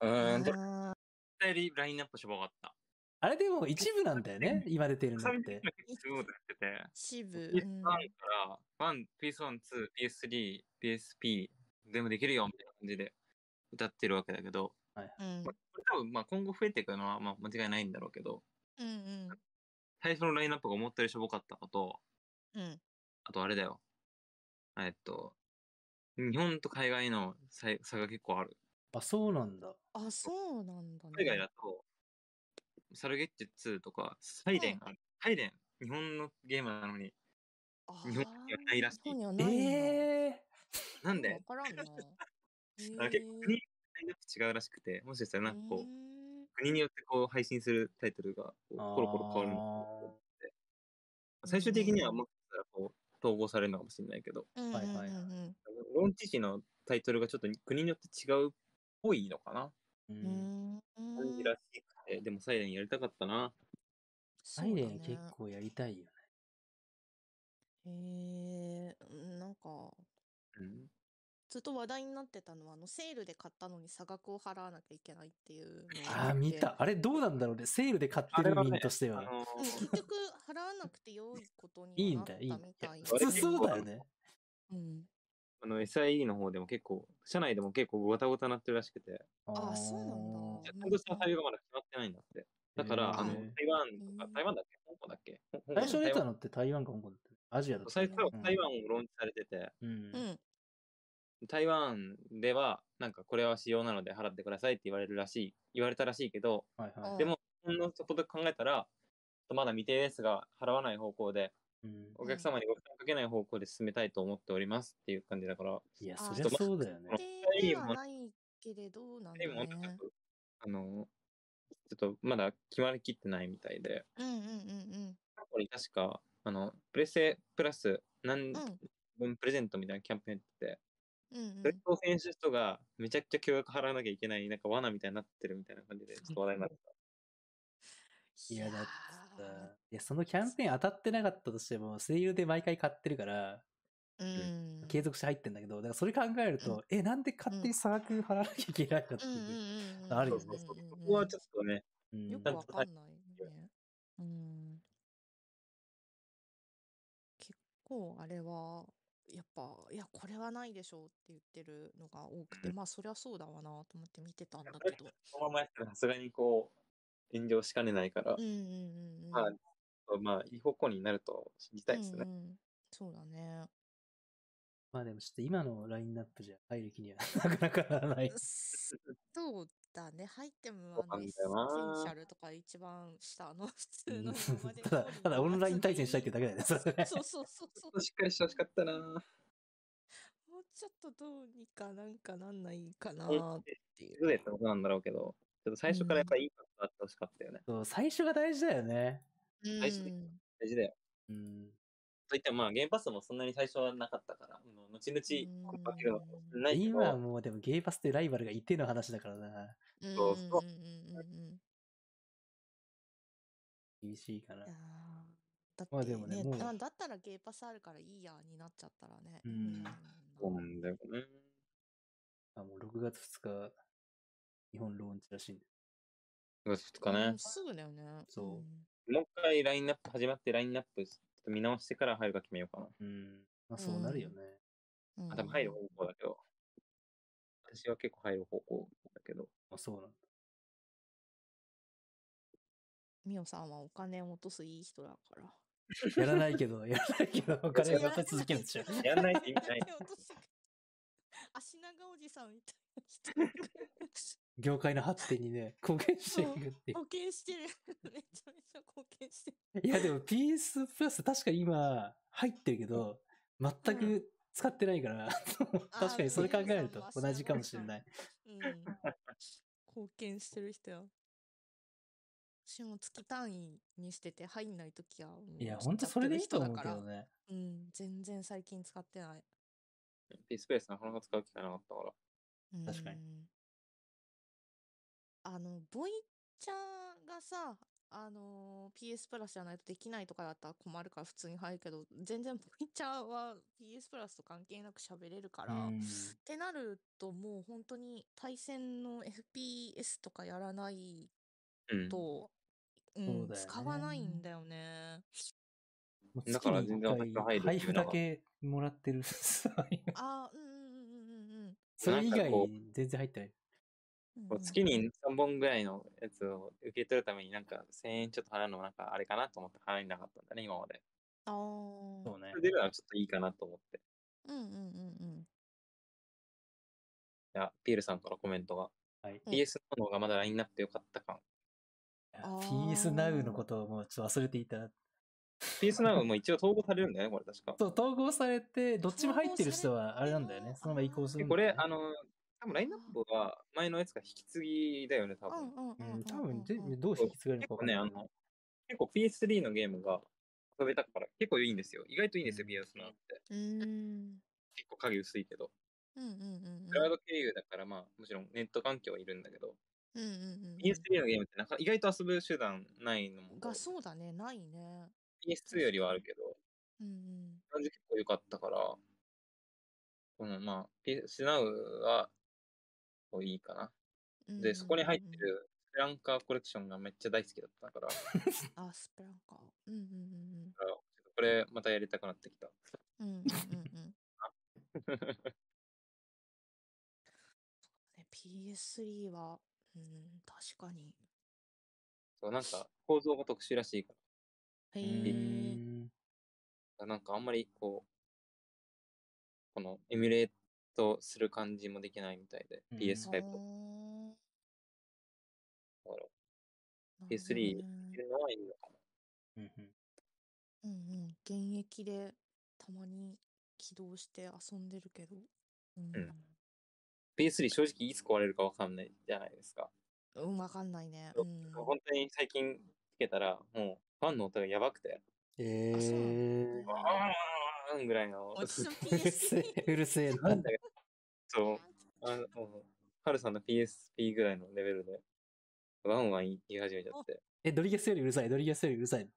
A: あ
B: ーん、絶
A: ー。
B: 対リラインナップしばかった。
C: あれでも一部なんだよね、今出てるのっ
B: サビ
C: て
B: 結。構やってて。
A: 支部。
B: PS1
A: うん
B: から、1、PS1、2、PS3、PSP、全部できるよみたいな感じで歌ってるわけだけど、
A: うん
B: まあこれ多分まあ今後増えていくのはまあ間違いないんだろうけど、
A: うん
B: 最初のラインナップが思ったよりしょぼかったのと、
A: うんうん
B: あとあれだよ。えっと、日本と海外の差差が結構ある。
C: あ、そうなんだ。
A: あそうなんだね
B: 海外だと、サルゲッチュ2とか、サイレンがある。サイレン、日本のゲームなのに。
A: あー
B: 日本にはないらしい
A: 日本には
C: え
A: ないんだ
C: え
B: なんで
A: わからんな
B: あの
A: へー
B: 結構国によってラインナップ違うらしくて、もしかしたらなんかこう、
A: うーん
B: 国によってこう配信するタイトルがこうコロコロ変わるので最終的にはもしかしたらこう統合されるのかもしれないけど
A: うんうん
C: はいはいはい
A: うん
B: ローンチ時のタイトルがちょっと国によって違うっぽいのかな
C: う。
A: うんんうー
B: 感
A: ん
B: じらしくてでもサイレンやりたかったな
A: そ
C: サ
A: う
C: イ
A: だ
C: レ
A: ね
C: ン結構やりたいよね。
A: へえなんか
B: うん
A: ずっと話題になってたのはあのセールで買ったのに差額を払わなきゃいけないっていうのが
C: あ
A: っ
C: ー、
A: て
C: 見た。あれどうなんだろうね。セールで買ってる
B: あれはね
C: 民として
B: あ
C: は。
B: の
A: うん結局払わなくて良いことに
C: いい
A: は
C: ん
A: な
C: だ、
A: っ
C: いいん
A: た
C: だ
A: みたい。
C: 普
B: あれ
C: 通そうだよね。
A: うん、
B: あの SIE の方でも結構、社内でも結構ごたごたなってるらしくて、
A: あーそうなんだ
B: ちゃんとした対応がまだ決まってないんだって。だから、あの、
C: へー
B: 台湾と
A: う
B: か
A: ん、
B: 台湾だっけ香港だっけ香港
C: 最初出た
B: 台
C: のって台湾か香港だってアジアだっ
B: 湾
C: た
B: 最初は
C: うん
B: 台湾をローンチされてて、
C: うん
A: う。ん、
B: 台湾では、なんかこれは使用なので払ってくださいって言われるらしい、言われたらしいけど、
C: はいは
A: う
C: い
A: ん
B: でも、ほんのそこで考えたら、まだ未定ですが、払わない方向で、
C: うん。
B: お客様にご負担かけない方向で進めたいと思っておりますっていう感じだから、
C: いや、
A: あー
C: そりゃそうだよね。
A: でではないけれどなんだ
B: でも、
A: ね
B: ちょっと、あの、ちょっとまだ決まりきってないみたいで、
A: うんうんうん
B: 過去に確か、あの、プレセプラス何
A: うんうん
B: 分プレゼントみたいなキャンペーンやってて、
A: うん
B: [LAUGHS] それを選手人がめちゃくちゃ驚額払わなきゃいけない、なんか罠みたいになってるみたいな感じで、ちょっと話題になってた。
C: い
A: い
C: や、
A: や
C: だってさ
A: ー、
C: いや、そのキャンペーン当たってなかったとしても、声優で毎回買ってるから、
A: うん
C: 継続して入ってんだけど、だからそれ考えると、え、なんで勝手に差額払わなきゃいけないのって
A: うんうん
C: いう。
A: うんうん
C: ある
B: そ
C: よ
B: う
C: ね
B: そうそ
A: う
B: う。そ
A: んうん
B: こはちょっとね、
C: うん
A: よくわかんないよね。うん。結構あれは、やっぱ、いや、これはないでしょうって言ってるのが多くて、
B: うん
A: まあ、そりゃそうだわなと思って見てたんだけど。
B: そのままやったらさすがにこう、炎上しかねないから
A: うん、うんうんうん。
B: まあ、まあ、いい方向になると信じたいですね。
A: うんうんそうだね。
C: まあでもちょっと今のラインナップじゃ入る気にはなかなかならない。
A: そうだね。入っても、
B: そう
A: あ
B: な
A: の、
B: ん
A: エッ
B: だ
A: セン
B: よな
A: シャルとか一番下の [LAUGHS] 普
C: う
A: 通
C: ん [LAUGHS]
A: の今まで
C: ただ
A: 通り、
C: ただ
A: の
C: オンライン対戦したいって
A: や
C: だけだよね、それね
A: つに。そうそうそうそう。
B: しっかりしてほしかったな。
A: もうちょっとどうにかなんかなんないかな
B: うん
A: っていう。
C: [LAUGHS]
B: どうやったことなんだろうけど、ちょっと最初からやっぱりいいことあってほしかったよね。
C: そう最初が大事だよね。
B: 大事だよ
A: うん
B: 大事だよ。
C: うん。
B: といってもまあ、ゲームパスもそんなに最初はなかったから、うん後々、
A: うん
B: コンパけるのかもしれないけ
C: 今は
B: ど、
C: もうでもゲイパスってライバルがいての話だからな。
B: そ
A: う
B: う
A: ん
B: そう
A: うんうんうんうん
C: 厳しいかな。
A: いやーだって、ね
C: まあでもねもう
A: だだったらゲーパスあるからいいやになっちゃったらね。
C: うん
A: 意味ない
B: そ
A: も
B: うなん
A: なん
B: だよね。
C: あもう6月2日、日本ローンチらしいんで。
B: 5月2日ね
A: うん。すぐだよね。
C: そう
B: もう一回ラインナップ始まって、ラインナップちょっと見直してから入るか決めようかな。
C: うん。まあそうなるよね。
A: うん。
B: あ、多分入る方向だけど。私は結構入る方向だけど。
C: まあそうなんだ。
A: ミオさんはお金を落とすいい人だから。
C: [LAUGHS] やらないけど、やらないけど、お金がまた続けるでしょ。
B: やらないって意味ない
A: お金を落とす [LAUGHS] 足長おじさんみたいな人。
C: 業界の発展にね、貢献していくってい
A: [LAUGHS]
C: う。
A: 貢献してる。めちゃめちゃ貢献してる。
C: いやでも PS プラス確かに今入ってるけど、全
A: う
C: く使ってないから、 [LAUGHS] 確かにそれ考えると同じかもしれない。
A: うん。貢献してる人や。私も月単位にしてて入んないときは。もう
C: いや、
A: 知っ
C: ほん
A: ち
C: と
A: ゃって
C: それで
A: る
C: いいと
A: 人だ
C: 思う
A: か
C: け
A: ら
C: どね。
A: うん、全然最近使ってない。
B: P スペースなかなか使う機会なかったから。
C: 確かに
A: うん。あの、ボイチャーがさ、あのー PS プラスじゃないとできないとかだったら困るから普通に入るけど、全然ボイチャーは PS プラスと関係なく喋れるから、
C: うん
A: ってなるともう本当に対戦の FPS とかやらない
B: うん。
A: と、うん
C: そうだよね
A: 使わないんだよね。
C: もう
B: だから
C: 月
B: 全
C: に
B: 然
C: 一回
B: お金が入る
C: 配
B: ってい
C: 布
B: うの
C: だ
B: が
C: けもらってる。
A: あーうんうんうんうんうんうん。
C: それ以外
B: なんかこ
C: に全然入ってない。
A: うん
B: こ
A: う
B: うん月に3本ぐらいのやつを受け取るためになんか1000円ちょっと払うのもなんかあれかなと思って払えなかったんだね、今まで。
A: あー
C: そうね
B: それ。出るのはちょっといいかなと思って。
A: うんうんうんうん。
B: いや、ピエールさんからコメントが。
C: はい、
A: うん
B: PS の方がまだラインナップ良かった感。
A: あー
C: PS Now のことをもうちょっと忘れていた。
B: PS なのも一応統合されるんだよね、これ確か。
C: そう、統合されて、どっちも入ってる人はあれなんだよ
A: 統合
C: ね。そ
A: され
C: のまま
A: てる
C: 移行す
B: で
C: るん
B: こ
C: だよ
B: れ
C: ね、
B: あの、多分ラインナップは前のやつが引き継ぎだよね、多分。
A: うんうんうん
C: うん、多
A: うんうん
C: 分、
A: うん
C: でどう引き継がれる
B: 結
C: のか
B: 構
C: わかんな
B: ね、
C: い
B: あ
C: けど。
B: の、結構 PS3 のゲームが遊べたから結構いいんですよ。意外といいんですよ、
C: うん
B: PS なんて。
A: うーん
B: 結構影薄いけど。
A: うんうんうんうん
B: クラウド経由だから、まあ、もちろんネット環境はいるんだけど、
A: うんうんうん
B: PS3 のゲームってなんか意外と遊ぶ手段ないのも
A: うん、がそうだねないね
B: PS2 よりはあるけど、
A: うんうん
B: 感じ結構良かったから、このまあ、PS Now はこういいかな。
A: うんうんう
B: で、
A: ん
B: そこに入ってるスペランカーコレクションがめっちゃ大好きだったから、
A: あスプランカーうんうん
B: これまたやりたくなってきた。
A: うんうんうんうんうん [LAUGHS] ね PS3 は、うん、確かに。
B: そうなんか構造が特殊らしいか
A: へ
C: う
A: え。
C: ん
B: ら、なんかあんまりこう、このエミュレートする感じもできないみたいで、
C: うん
A: あ
B: PS5
A: ー
B: とかだ
A: な
B: から、
A: るほどね
B: PS3 いるのはいいのかな。
C: うんうん
A: うんうん、現役でたまに起動して遊んでるけど。うん
B: う PS3 正直いつ壊れるかわかんないじゃないですか。
A: うん、わかんないね。
B: そう
A: うん、
B: 本当に最近つけたら、もうファンの音がやばくて、
C: え
A: あそうなん
C: ー
A: だ
B: あーんぐらいの。
A: 私の
C: うる
A: PS3
C: せ
A: [LAUGHS]
C: え、うるせえ
B: な。
C: なん
B: だけどそう。あの、ハルさんの PSP ぐらいのレベルで、ワンワン言い始めちゃって。
C: え、ドリキャスよりうるさい、ドリキャスよりうるさい。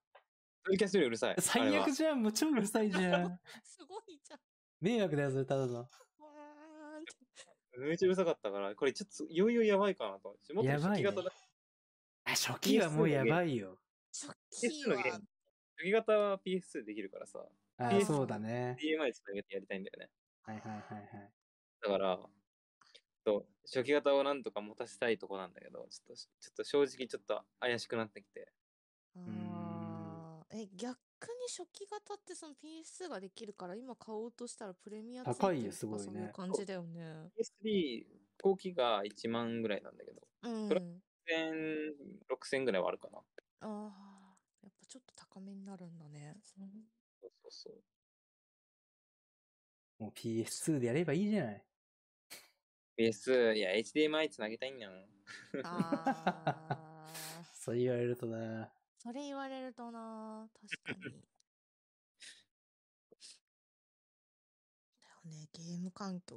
B: ドリキャスよりうるさい。
C: 最
B: あれは
C: 悪じゃん、もう超うるさいじゃん。
A: すごいじゃん。
C: 迷惑だよ、それただの。
A: [LAUGHS] わーんって
B: めっちゃうるさかったから、これちょっといよいよやばいかなと思って。もっと初期
C: やば
B: 型
C: い
B: だ
C: ね。あ、初期はもうやばいよ。 [LAUGHS]
A: 初期
B: PS の
A: は
B: ゲーム。初期型は PS2 できるからさ、
C: あ、
B: PS
C: そうだね。
B: DMI でつなげてやりたいんだよね。
C: はいはいはいはい。
B: だから、そう初期型をなんとか持たせたいとこなんだけど、ちょっと、ちょっと正直ちょっと怪しくなってきて。
A: あーえ逆に初期型ってその PS ができるから今買おうとしたらプレミアつい
C: 高いよ
A: てる
C: すごい
A: とかそうい
C: ね
A: う感じだよね。
B: PS3 後期が1万ぐらいなんだけど、
A: うん。
B: 6000、6000ぐらいはあるかな。
A: ああーやっぱちょっと高めになるんだ
C: [LAUGHS]
A: ね。うん
B: そうそうそう。
C: もう PS2 でやればいいじゃない。
B: PS、いや、HDMI つなげたいんだよ。
A: ああ
C: そう言われるとな。
A: それ言われるとな確かに。だよねゲーム環境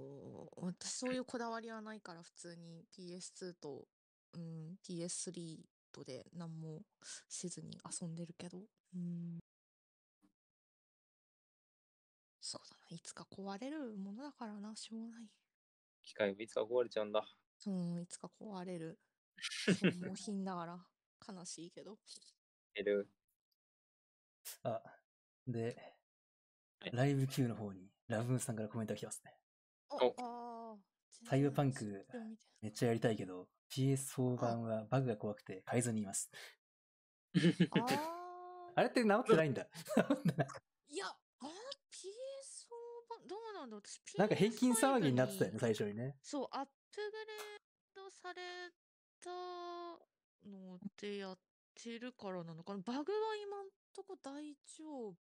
A: 私そういうこだわりはないから普通に PS2 と、うん、PS3 とで何もせずに遊んでるけど、うん、そうだないつか壊れるものだからなしょうがない。
B: 機械はいつか壊れちゃうんだ。
A: うん、いつか壊れる。消耗品だから悲しいけど。
B: いる。
C: あ、で
B: はい、
C: ライブ Q の方にラブーンさんからコメントが来てますね。
B: お
A: ああ。
C: サイバーパンク
A: 全然みたい
C: めっちゃやりたいけど、PS4 版はバグが怖くて改造にいます。
A: なあ
C: あれって治ってないんだ。
A: ーいや、あ PS4 版、どうなんだ私 PS5
C: [LAUGHS] なんか平均騒ぎになってたよね、最初
A: に。
C: にね。
A: そう、アップグレードされたのでやってるからなのかな。バグは今んとこ大丈夫。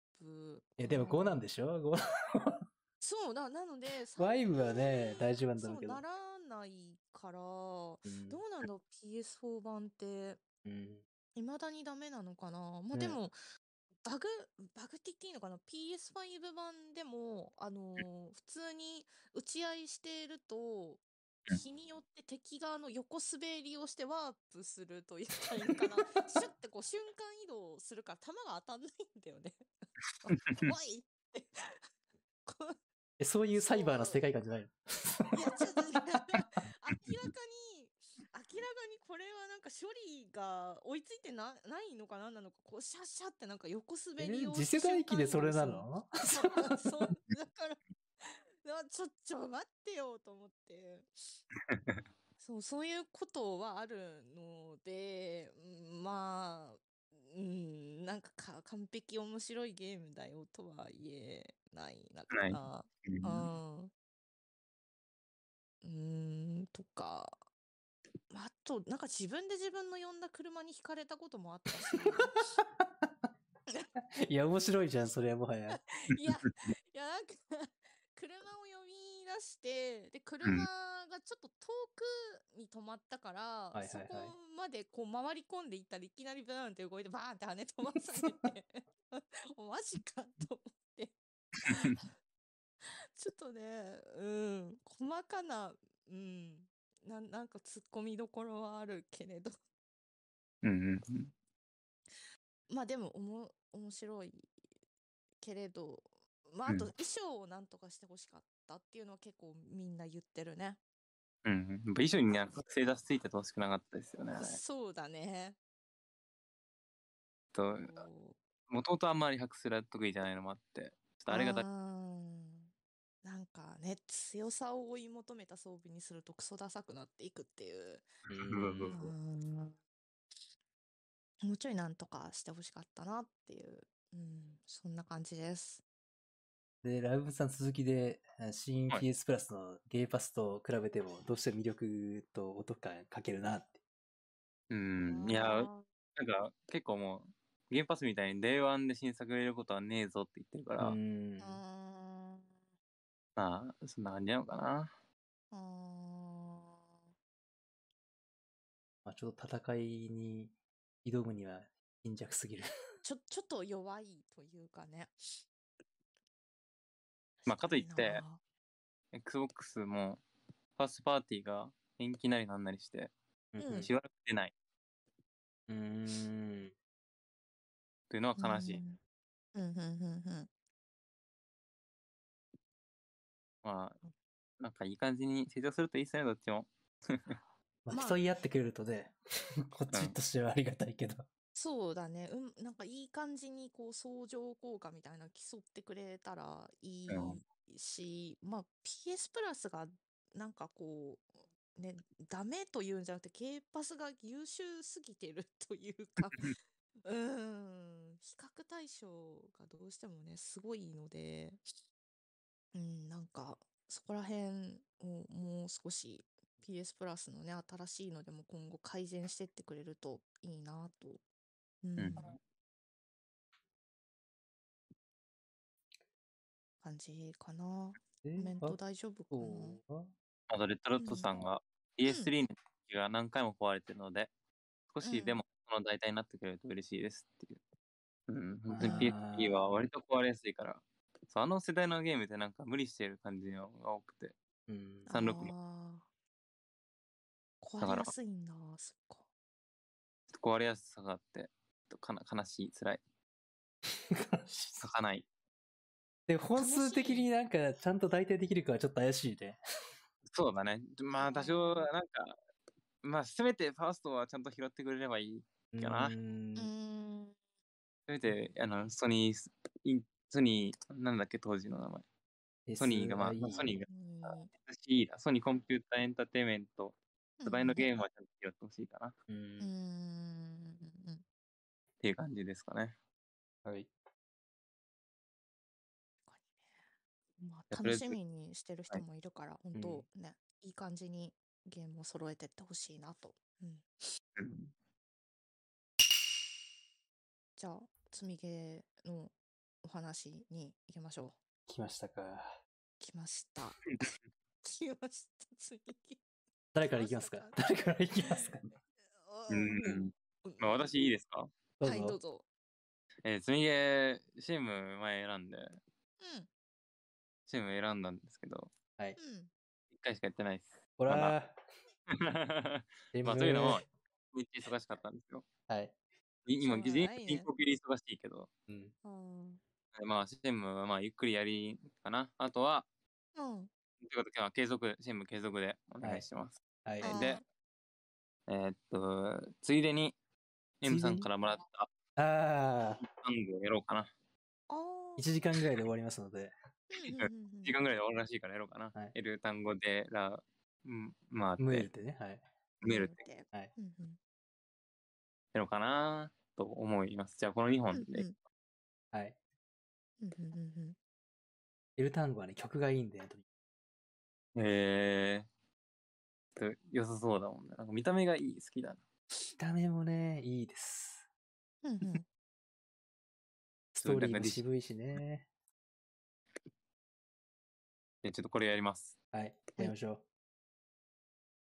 C: え、でも5なんでしょ ?5。
A: そうな、なので、
C: 5はね、大丈夫なんだ
A: そ
C: ろう
A: う
C: けど
A: な。らないから、 [LAUGHS] どうなんだろう PS4 版って。
C: うん
A: いまだにダメなのかなまあ
C: ね
A: でも、バグ、バグって言っていいのかな ?PS5 版でも、あのー普通に打ち合いしていると
B: うん、
A: 日によって敵側の横滑りをしてワープする [LAUGHS] と言ったらいいのかなシュッてこう瞬間移動するから弾が当たんないんだよね。 [LAUGHS] 怖いって。こう
C: え、そういうサイバーな世界観じゃないの [LAUGHS]
A: いや、ちょっと、明らかに、明らかにこれはなんか処理が追いついてなないのかなんなのか、こう、シャッシャってなんか横滑りを。
C: 次世代機でそれなの
A: 瞬間移動するそう、だから、なちょ、ちょ、待ってよ、と思って。そう、そういうことはあるので、うんまあ、うん、なんかか完璧面白いゲームだよとは言えないなか
B: ない
A: な。うん。うーん、とか。あと、なんか自分で自分の呼んだ車にひかれたこともあったし。
C: いや、面白いじゃん、それはもはや。
A: いや、いや、なんか、 [LAUGHS] 車を呼び出して、で、車がちょっと遠くに止まったから、
C: いはいはい
A: そこまでこう回り込んでいったらいきなりブーンって動いて、バーンって跳ね飛ばされ
C: [LAUGHS]
A: て、 [LAUGHS] おマジかと思って。 [LAUGHS] ちょっとね、うん、細かな、うん、ななんか突っ込みどころはあるけれど、
B: うん
A: まあでもおも面白いけれどまああ
B: うん
A: と衣装をなんとかしてほしかったっていうのは結構みんな言ってるね、
B: うん。うん。やっぱ衣装になんか正座ついててほしくなかったですよね。あ
A: [LAUGHS]
B: れ
A: そうだねこ
B: と、
A: う
B: もともとあんまり白すら得意じゃないのもあって、ちょっとあれがだ
A: ーんななんかね、強さを追い求めた装備にするとクソダサくなっていくっていう。
B: う
A: うー
B: ん
A: んもうちょいなんとかしてほしかったなっていう。うん、そんな感じです。
C: で、ライブさん続きで、あ新
B: はい
C: PS プラスのゲーパスと比べても、どうしても魅力とお得感かけるなって。
B: うん。いや、
A: あ
B: な
A: ー
B: んか結構もう、ゲームパスみたいに Day1 で新作入れることはねえぞって言ってるから、
C: うん
A: う。ーん。
B: まあ、そんな感じなのかな。
A: うーん
C: まあ、ちょっと戦いに挑むには貧弱すぎる。
A: ちょ、ちょっと弱いというかね。
B: まあかといって
A: 確かにな
B: Xbox も、ファーストパーティーが延期なりなんなりして、
A: ん
C: う
B: しばらく出ない
C: ん。
B: というのは悲しい。
A: うん。うん、うん、うん、うん。
B: まあ、なんかいい感じに成長するといいっすね、どっちも。
C: ま
A: ま
C: あ、
A: あ
C: 競い合ってくれるとね、 [LAUGHS] こっちとしてはありがたいけど。
A: そうだね。うん、なんかいい感じにこう相乗効果みたいなの競ってくれたらいいし、まあ PS プラスがなんかこう、ね、ダメというんじゃなくて、K パスが優秀すぎてるというか、うーん、比較対象がどうしてもね、すごいので、うん、なんかそこら辺をもう少し PS プラスのね、新しいのでも今後改善してってくれるといいなと。うん
B: うん
A: 感じかな。
C: コ
A: コメント大丈夫かな
B: あと、レッドロッドさんが PS3 の機が何回も壊れてるので、少しでもその代替になってくれると嬉しいですっていう。うん、本当に PS3 は割と壊れやすいから、そうあの世代のゲームってなんか無理してる感じのが多くて、
C: うん。 [LAUGHS]
B: 三六
A: あ
B: も
A: ー
B: だ
A: 壊
B: か
A: れ
B: ら
A: やすいんだ、そっか。
B: ちょっと壊れやすさがあって、ちょっとかな悲しい、辛い、咲かない。
C: で、本数的になんか、ちゃんと代替できるかはちょっと怪しいね。
B: そうだね。まあ、多少、なんか、まあ、せめてファーストはちゃんと拾ってくれればいい。かな
C: うん
A: うーん。
B: せめて、あの、ソニー、インソニー、なんだっけ、当時の名前。ソニーが、まあ、ソニーが、SE だソニーコンピュータエンターテインメント、
A: うん
B: 世代のゲームはちゃんと拾ってほしいかな、っ
C: う。
A: うんん。
B: ていう感じですかね。
C: はい。
A: まあ、
B: と
A: 楽
B: りあえず
A: しみにしてる人
B: はい
A: もいるから、本当ね、いい感じにゲームを揃えてってほしいなと。うん。じゃあ、積みゲーのお話に行きましょう。
C: 来ましたか。
A: 来ま
B: [LAUGHS]
A: した。 [LAUGHS] 来ました、次。
C: 誰から行きますか誰から行きますか
B: う
A: うん
B: ん。まあ、私いいですか
C: どう
A: はい、どう
C: ぞ。
A: ぞ。
B: えー、積みゲー、チーム前選んで、
A: うん。
B: チーム選んだんですけど、
C: はい。
A: うん。
B: 一回しかやってないです。
C: ほ
B: ま
C: らー、
B: まあ、というのも、めっちゃ忙しかったんですよ。
C: はい。
B: い今、
A: しょうが
B: 人
A: ないね
B: 人呼吸で忙しいけど、
C: うん。
A: うん。
B: まあ、シェムはまあ、ゆっくりやりかな。あとは、
A: うん。
B: ということで、まあ継続、シェム継続でお願いします。
C: はい。
A: あー
B: で、えーっと、ついでに、
C: ついでに
B: M さんからもらった
C: ああ、
B: ハングをやろうかな。
A: ああ。
C: 1時間ぐらいで終わりますので。
A: うんうんうんうん
B: 1時間ぐらいで終わるらしいからやろうかな。
C: はい
B: やる単語で、ら、うんまあ、
C: ムエルってね。はい。
B: メールって
A: で
C: はい
A: うんうん
B: やろうかなと思います。じゃあ、この2本
A: うん
B: で
A: う。ん
C: はい。
A: うんうんうんうん
C: エルタンゴはね、曲がいいんでね。とに
B: えー、と良さそうだもんね。なんか見た目がいい、好きだな。
C: 見た目もね、いいです。
A: うんうん
C: ストーリーも渋いしね。
B: で、ちょっとこれやります。
C: はい。やりましょう。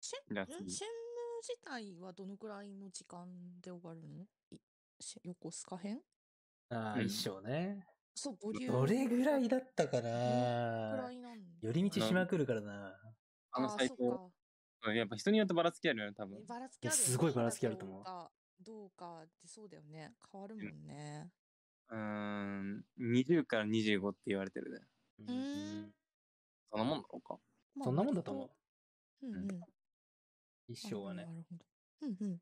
A: シェ
B: じゃあ
A: んシェンムー
B: 次。
A: 自体はどのくらいの時間で終わるのいシェ横須賀編
C: ああ、
B: うん
C: 一章ね。
A: そう、ボリューム。
C: どれぐらいだった
A: ど
C: か
A: れく
C: な
A: らいなん
C: 寄り道しまくるからな。
B: あの最高。
A: 高。
B: うんやっぱ人によってばらつきあるよね、多分。
A: バラつきあるよね。
C: すごいばらつきあると思う
A: いいかどうかってそうだよね。変わるもんね。
B: うーん、20から25って言われてるね。
A: ーん
C: うん
B: そんなもんだろうか。
A: まあ
C: そんなもんだと思う。。
A: 割とうんうん。
C: 一章はね
A: な。るほど。うんうん。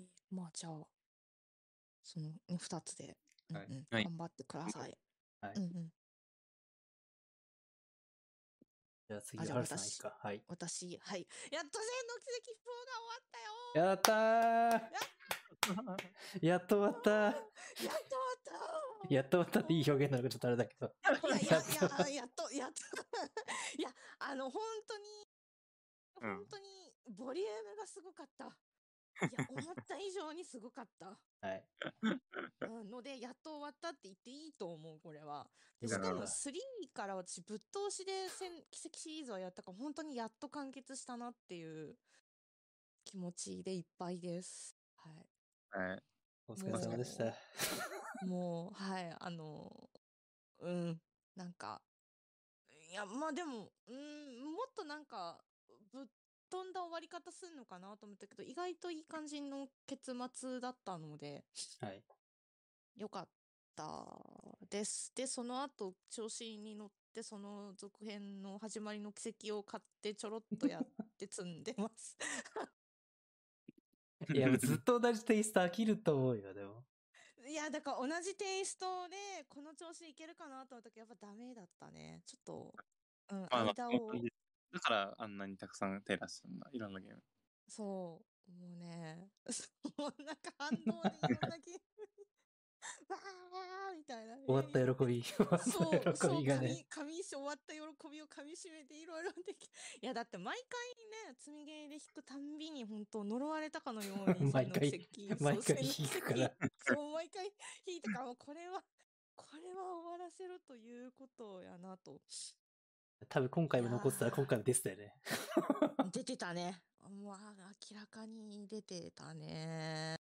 A: えー、まあじゃあ、その2つで、うん
C: はい
A: うん
B: はい
A: 頑張ってください。
C: はい
A: うんうん
C: じゃあ次、
A: あじゃあ
C: ハルさんい
A: 私
C: くか。はい。
A: 私、はい。やっと千の奇跡4が終わったよ
C: やったーやっと終わった [LAUGHS]
A: やっと終わった
C: やっと終わったっていい表現なのかちょっとあれだけど。
A: いやい
C: や
A: や
C: っ
A: い
C: と
A: やあ、やっと、やっと。いや、あの、本当に、
B: うん
A: 本当に、ボリュームがすごかった。いや、思った以上にすごかった。
C: はい。
A: うんので、やっと終わったって言っていいと思う、これは。で
C: な
A: し
C: るほ
A: か
C: ど
A: も、3から私、ぶっ通しで戦奇跡シリーズはやったから、本当にやっと完結したなっていう気持ちでいっぱいです。はい。
B: はい。
C: お疲れ様でした。
A: ももう、はい、あの、うん、なんか、いや、まあでも、うん、もっとなんか、ぶっ飛んだ終わり方すんのかなと思ったけど、意外といい感じの結末だったので、
C: はい。
A: よかったです。で、その後、調子に乗って、その続編の始まりの奇跡を買って、ちょろっとやって積んでます。 [LAUGHS]
C: いや、ずっと同じテイスト飽きると思うよ、でも。
A: いや、だから同じテイストで、この調子でいけるかなと思ったけど、やっぱダメだったね。ちょっと、うん、
B: まあまあ
A: 間を、
B: だからあんなにたくさん手出してるんだ。いろんなゲーム。
A: そう、もうね、 [LAUGHS] もうなんか反動でいろんなゲームに、わーみたいな。
C: [LAUGHS] 終わった喜び、終わ [LAUGHS] っ
A: そう、
C: た
A: そ
C: 喜
A: う、
C: びがね。
A: 紙、 [LAUGHS] 紙終わった喜びを噛み締めていろいろでき、 [LAUGHS] いや、だって毎回ね、積みゲーで引くたんびに、本当呪われたかのよう
C: [LAUGHS]
A: に、
C: 毎
A: その
C: 回
A: 奇跡そう
C: 毎回
A: その奇
C: 引く
A: 跡
C: から
A: そう、毎回引いたから、もうこれは、 [LAUGHS] これは終わらせろということやなと。
C: 多分今回も残ってたら
A: いやー
C: 今回も出てた
A: [LAUGHS]
C: よね。
A: 出てたね。もうあ明らかに出てたね。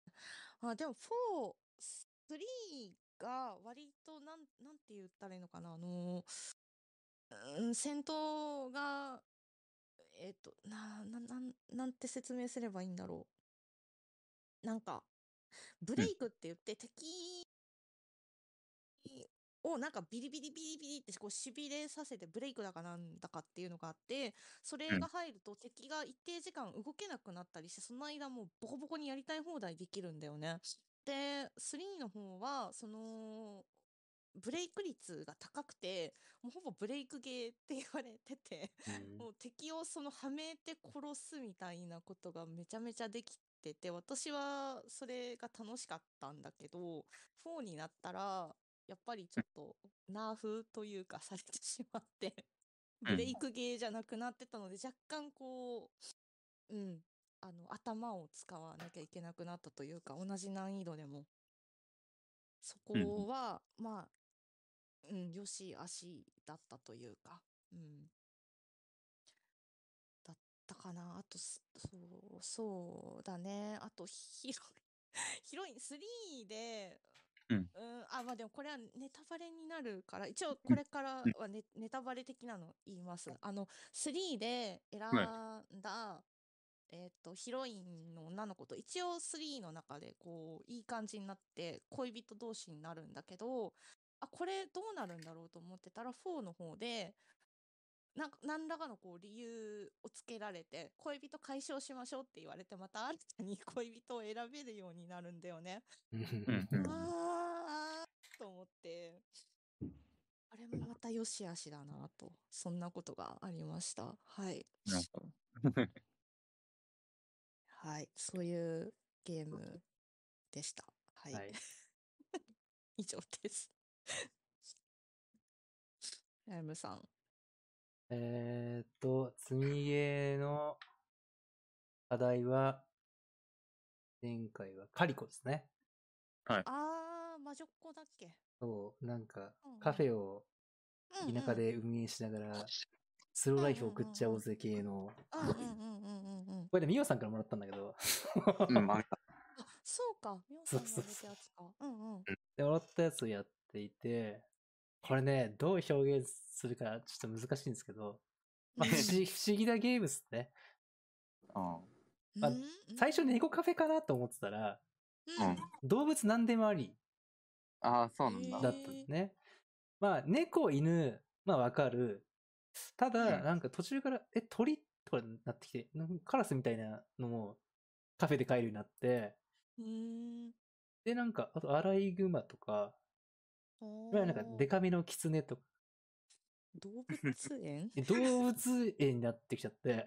A: あでも4、3が割となん、なんて言ったらいいのかな、あの、うん、戦闘が、えっ、と、な、な、なん、なんて説明すればいいんだろう。なんか、ブレイクって言って敵をなんかビリビリビリビリってこう痺れさせてブレイクだかなんだかっていうのがあって、それ
B: うん
A: が入ると敵が一定時間動けなくなったりして、その間もうボコボコにやりたい放題できるんだよね。で、3の方は、その、ブレイク率が高くて、もうほぼブレイクゲーって言われてて、
C: うん
A: もう敵をそのはめて殺すみたいなことがめちゃめちゃできてて、私はそれが楽しかったんだけど、4になったら、やっぱりちょっとナーフというかされてしまって、
B: うん
A: ブレイクゲーじゃなくなってたので、若干こう、うん、あの、頭を使わなきゃいけなくなったというか、同じ難易度でも。そ
B: んうん
A: こは、まあ、うん、よしあしだったというか、うん。だったかな。あと、すそう、そうだね。あと、ヒロ、 [LAUGHS] ヒロイン3で、
B: うん
A: あ、まあでもこれはネタバレになるから、一応これからはネ,、ネタバレ的なの言います。あの、3で選んだ、えっと、ヒロインの女の子と、一応3の中で、こう、いい感じになって、恋人同士になるんだけど、あ、これどうなるんだろうと思ってたら、4の方で、なんか、何らかのこう、理由をつけられて、恋人解消しましょうって言われて、また新たに恋人を選べるようになるんだよね。
C: うん
B: うん
A: あーと思って、あれもまた良し悪しだなと、そんなことがありました。はい。
B: なんか
A: はい、そういうゲームでした。はい、
C: はい。
A: [LAUGHS] 以上です。 [LAUGHS] ライムさん。
C: えーっと、積みゲーの課題は、前回はカリコですね。
A: あー、魔女っ子だっけ
C: そう、なんか
A: うんうん、
C: カフェを
A: うん
C: 田舎で運営しながら、スローライフを送っちゃおうぜ系の。
A: うんうんうんうんうんうん。
C: これでミオさんからもらったんだけど、 [LAUGHS]
B: うん、まあ、
A: あ、そうか。みょさんが
C: そう
A: やる
C: そうそう
A: やつか。うんうん。
C: で、もらったやつをやっていて、これね、どう表現するかちょっと難しいんですけど、まあ、
A: [LAUGHS]
C: 不思不思議なゲームっすね。
B: あ
A: うん
C: まあ
A: うん
C: 最初猫カフェかなと思ってたら、
A: うん
B: うん
C: 動物何でもあり
B: あー、そうなんだ。
C: だったんですね。まあ、猫、犬、まあわかる。ただ、
B: うん
C: なんか途中から、え、鳥とかになってきて、なんかカラスみたいなのもカフェで飼えるようになって、
A: うん。
C: で、なんか、あとアライグマとか、
A: お
C: まあなんか
A: ー
C: デカめのキツネとか、
A: 動物
C: [LAUGHS]
A: 園
C: で動物園になってきちゃって、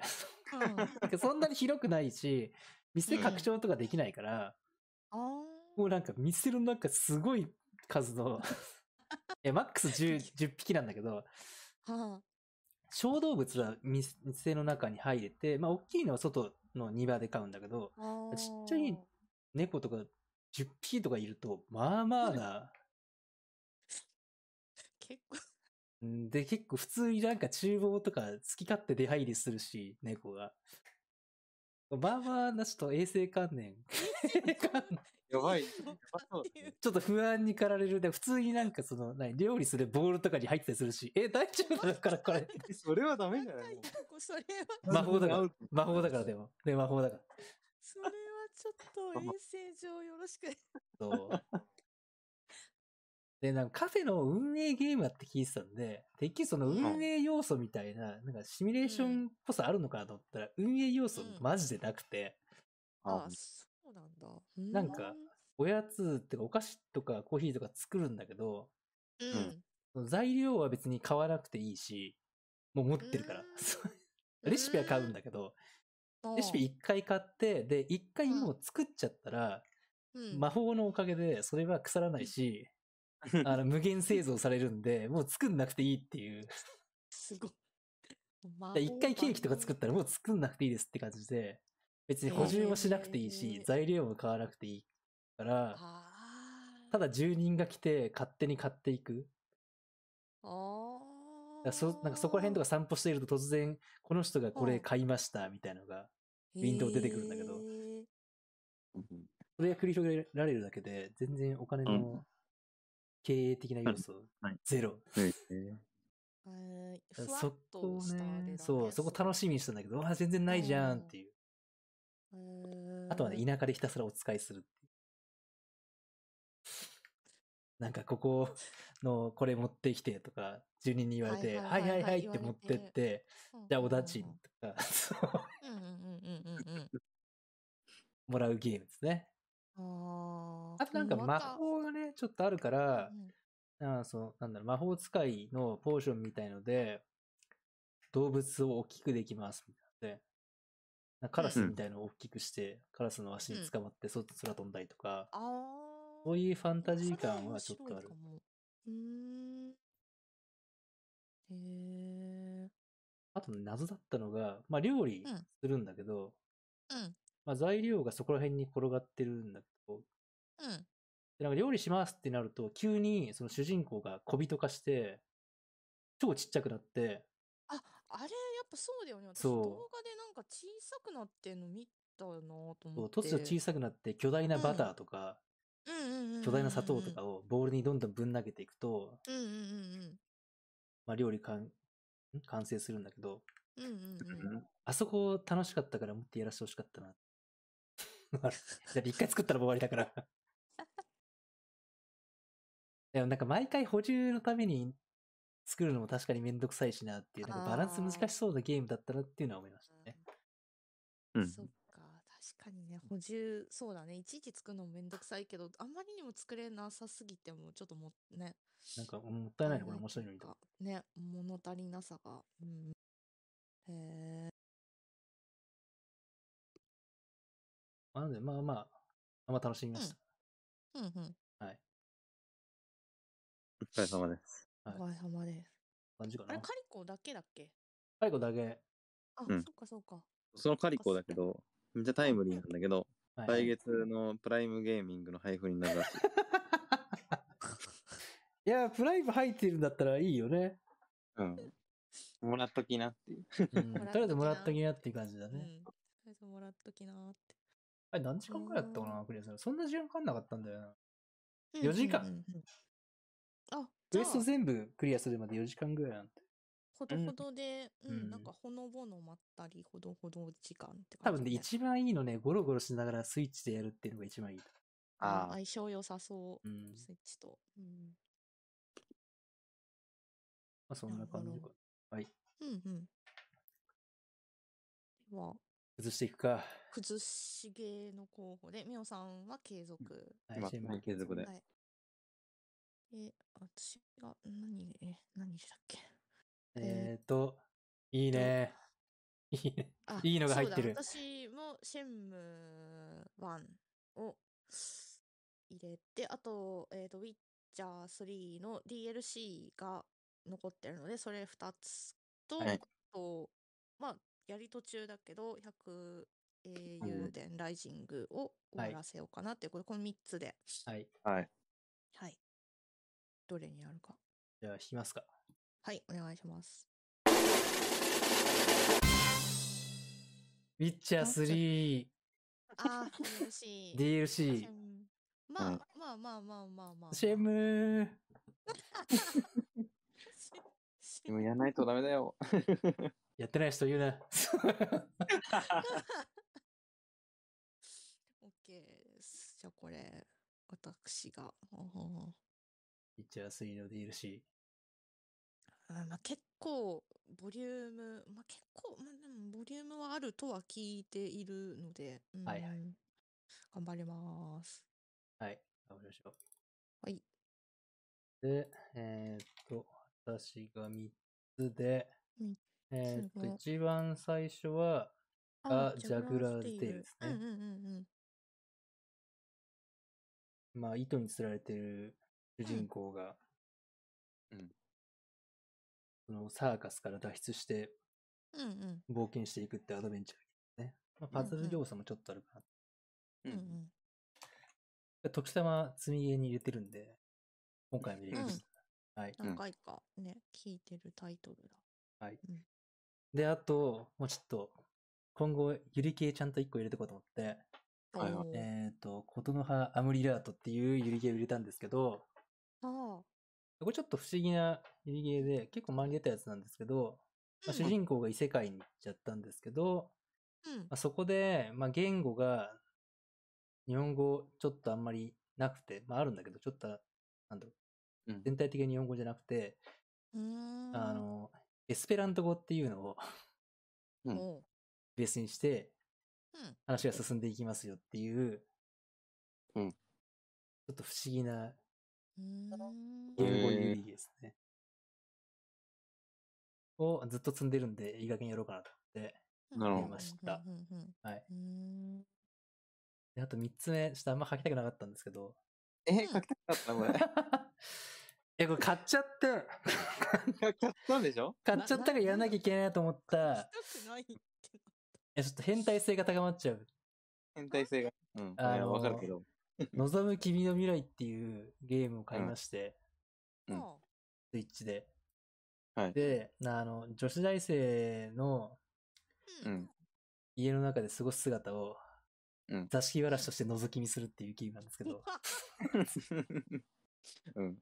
A: うん。あ
C: なんかそんなに広くないし、店拡張とかできないから、
A: あ。
C: もうなんか店の中すごい数の、いや、マックス 10, 10匹なんだけど、
A: は
C: 小動物は店店の中に入れて、まあ大きいのは外の庭で飼うんだけど、
A: あ。ああ
C: ちっちゃい猫とか10匹とかいると、まあまあな、
A: 結
C: [LAUGHS]
A: 構。
C: うんで、結構普通になんか厨房とか好き勝手出入りするし、猫が。まあまあな、ちょっと衛生観念。
B: やばい。や
A: や
B: ばそうだね
C: ちょっと不安に駆られる。で普通になんかその、何、料理するボールとかに入ってたりするし、え、大丈夫だからこれ。
B: えそれはダメじゃない
A: 高
C: [LAUGHS]
A: い
B: の
A: とこそれは、
C: 魔法だか
B: ア
C: ら
B: ウト。
C: 魔法だからでも。で、魔法だから。
A: それはちょっ
C: [LAUGHS]
A: と衛生上よろしく。
C: そう。で、なんかカフェの運営ゲームだって聞いてたんで、てっきりその運営要素みたいな、なんかシミュレーションっぽさあるのかなと思ったら、運営要素マジでなくて、
A: あ
B: あ
A: そうなんだ。
C: なんかおやつってかお菓子とかコーヒーとか作るんだけど、
A: うん、う
B: うん
A: ん。
C: 材料は別に買わなくていいし、もう持ってるから
A: うーん。
C: そう [LAUGHS] レシピは買うんだけど、レシピ一回買って、で、一回もう作っちゃったら、
A: うん
C: 魔法のおかげでそれは腐らないし、
B: うん
C: あの、無限製造されるんで、もう作んなくていいっていう。
A: す
C: [LAUGHS]
A: ごい。魔
C: で一回ケーキとか作
A: っ
C: ったらもう作んなくていいですって感じで、別に補充もしなくていい
A: へ
C: し
A: ー、
C: 材料も買わなくていいから、
A: ああ。
C: ただ住人が来て勝手に買っていく。
A: あ
C: だからそなんかそこら辺と
A: か
C: か散歩していると突然、この人がこ
A: う
C: れ
A: ん
C: 買いましたみたいなのが、ウィンドウ出てくるんだけど
B: うん
C: それが繰り広げられるだけで、全然お金
B: う
C: の経営的な要素
B: はい、
C: ゼロ。
A: えー、ふ
C: だから
A: わ
C: そ
A: っ
C: こと
A: したあれだ
C: ね
A: ね、
C: そう、そこ楽しみにしたんだけど、あ、全然ないじゃんっていう。
A: えー
C: あとはね、田舎でひたすらお使いするっていう。なんか、ここのこれ持ってきてとか、住人に言われて、
A: は
C: はい
A: はい
C: い
A: はいは
C: はいいはいっ
A: 言わ
C: て
A: れ
C: 持ってってて、
A: うん
C: じゃあおだちんとか、そう
A: うんうんうんうんうんうん
C: もらうゲームですね。
A: あー
C: あとなんか
A: これ
C: 魔
A: また
C: 法がね、ちょっとあるか
A: う
C: ら、
A: ん
C: あーそう、なんだろう、魔法使いのポーションみたいので、動物を大きくできます、みたいなので。なんかカラスみたいのを大きくして、カラスの足に捕まって、そ空飛んだりとか、
A: あー
C: そういうファンタジー
A: それ
C: 感は
A: 面
C: ちょ
A: 白
C: っとあ
A: い
C: る
A: か。もうーんへえ
C: あとね謎だったのが、まあ料理
A: うん
C: するんだけど、
A: うん
C: まあ材料がそこら辺に転がってるんだけど、
A: うん
C: でなんか料理しますってなると、急にその主人公が小人化して、超ちっちゃくなって、
A: ああれやっぱそうだよね私
C: そう
A: 動画でなんか小さくなってんの見たなと
C: こ
A: 思
C: う
A: って
C: 突如小さくなって巨大なバターとか、
A: うんうんうんうんうんうん
C: 巨大な砂糖とかをボールにどんどんぶん投げていくと、
A: うんうんうん
C: まあ、料理かんん完成するんだけど、
A: うんうんうんうん
C: あそこ楽しかったからもっとやらせてほしかったな。 [LAUGHS] あれだって一回作ったらもう終わりだから。 [LAUGHS] でもなんか毎回補充のために作るのも確かにめんどくさいしなっていう、なんかバランス難しそうなゲームだったなっていうのは思いましたね。
B: うん
A: そっか、確かにね、補充、そうだね、いちいち作るのもめんどくさいけど、あんまりにも作れなさすぎても、ちょっともうね、
C: なんかもったいない
A: 足
C: ね、こ
A: り
C: れ面白いの
A: っ
C: に
A: て
C: と
A: う
C: か
A: か。ね、物足りなさが。うん、へえ。
C: まあなので、まあまあ、あんま楽しみました。
A: うんうん。
B: お疲れ様です。
C: はい
A: お疲れ様です。
C: 感じか
A: あれ、
C: な
A: カ。リコだけだっけ
C: 最後だけ。
A: あ、
B: うん
A: そっかそっか。
B: そのカリコだけど、めっちゃタイムリーなんだけど、
C: はい
B: 来月のプライムゲーミングの配布になるらしい。
C: いや、プライム入ってるんだったらいいよね。
B: うん。もらっときなっていう。
C: うん、とりあえずもらっときなっていう感じだ
A: うん。と
C: ね。
A: りあえずもらっときなーっ
C: あれ何時間くらいだったかな、クリアさん。そんな時間かかんなかったんだよな。
A: て。
C: 四時間
A: うんうんうんあ、
C: ウ
A: じゃ
C: エ
A: あ
C: スト全部クリアするまで4時間ぐらいなんて。
A: ほどほどで、う、
C: うんん
A: なんかほのぼのまったり、ほどほど時間って
C: 多
A: 感じ
C: 分ね、
A: だね
C: 一番いいのね、ゴロゴロしながらスイッチでやるっていうのが一番いいと。
A: あー
B: あ
A: 相性良さそうう、
C: ん。
A: スイッチと。うん
C: まあ、そんな感じ
A: なる
C: か
A: ほ。うんうん。では、
C: 崩していくか。
A: 崩し芸の候補で、みおさんは継続。
C: は
B: 今
C: シェイマン
B: 継続で
A: はい。え、私が、何で、何でしたっけ
C: えっ、と、いいね。いいね。
A: あ
C: いいのが入ってる
A: そうだ私もシェンムー1を入れて、あと、えっ、と、ウィッチャー3の DLC が残ってるので、それ2つと、
B: はい
A: あと、まあ、やり途中だけど、100英雄伝ライジングを
C: はい
A: 終わらせようかなっていう、これ、この3つで、
C: はい。
B: はい。
A: はい。どれになるか。
C: じゃあ、弾きますか。
A: はい、お願いし
C: [LAUGHS]
A: ます。
C: ウィッチャー
A: あー、DLC。
C: 3、DLC
A: シェ。ンまあ、
B: うん
A: まあまあまあまあまあ。
C: シェムー。
A: シ
B: でもやらないとダメだよ。
C: やってない人言うな。 [LAUGHS]
A: オッケーです。じゃあこれ、私が。おー
C: ウィッチャー3の DLC。
A: あまあ、結構、ボリューム、まあ、結構、まあ、でもボリュームはあるとは聞いているので、
C: はいはい
A: うん頑張ります。
C: はい。頑張りましょう。
A: はい。
C: で、えーっと、私が3つで
A: うん、
C: えーっと、
A: すごい
C: 一番最初は、あジャグラーズテイルです
A: う
C: ね
A: んうんうんうん。
C: まあ、糸に釣られてる主人公が、
B: うん
C: そのサーカスから脱出して
A: うんうん
C: 冒険していくってアドベンチャーですね。まあ、パズル要素もちょっとあるかな。
B: う
A: うんうん。
C: で時たま積み家に入れてるんで、今回見れました。はい。
A: 何回かね、聞いてるタイトルだ。
C: で、あと、もうちょっと、今後、ゆり系ちゃんと1個入れてこうと思って、
B: はいはい
A: おー
C: えっ、と、ことの葉アムリラートっていうユリゲーを入れたんですけど、
A: あ
C: これちょっと不思議なユリゲーで、結構前に出たやつなんですけど、
A: う
C: まあ
A: ん
C: 主人公が異世界に行っちゃったんですけど、
A: あ、うん
C: まあ、そこで、まあ、言語が、日本語ちょっとあんまりなくて、まああるんだけど、ちょっと、なんだろう、
B: うん
C: 全体的に日本語じゃなくて、
A: うーん。
C: あの、エスペラント語っていうのを [LAUGHS]
B: うん
A: おう
C: ベースにして、
A: うん
C: 話が進んでいきますよっていう、
B: うん
C: ちょっと不思議な
A: うーん。
C: 言語
B: へー
C: 有利ですね。をずっと積んでるんで、いい加減やろうかなと思って。
B: なるほど
A: うん
C: ました
A: うんうんうん
C: はい。
A: うんう
C: であと3つ目、ちょっとあんま書きたくなかったんです
B: [LAUGHS]
C: けど。
B: え、書きたかったな、これ。
C: え、これ買っちゃって、
B: [LAUGHS] 書きたかったんでしょ
C: 買っちゃったからやらなきゃいけないなと思っ。
A: ーん。したたくないって
C: え、ちょっと変態性が高まっちゃう。
B: 変態性が。うん。
C: あのー
B: いやわかる [LAUGHS] けど。
C: 望む君の未来っていうゲームを買いまして、
B: う
A: なんあ
C: スイッチで。
B: はい
C: で、あの、女子大生の
A: う。
B: うんん。
C: 家の中で過ごす姿を
B: うん、
C: 座敷わらしとして覗き見するっていうゲームなんですけど、 [LAUGHS]
B: うん。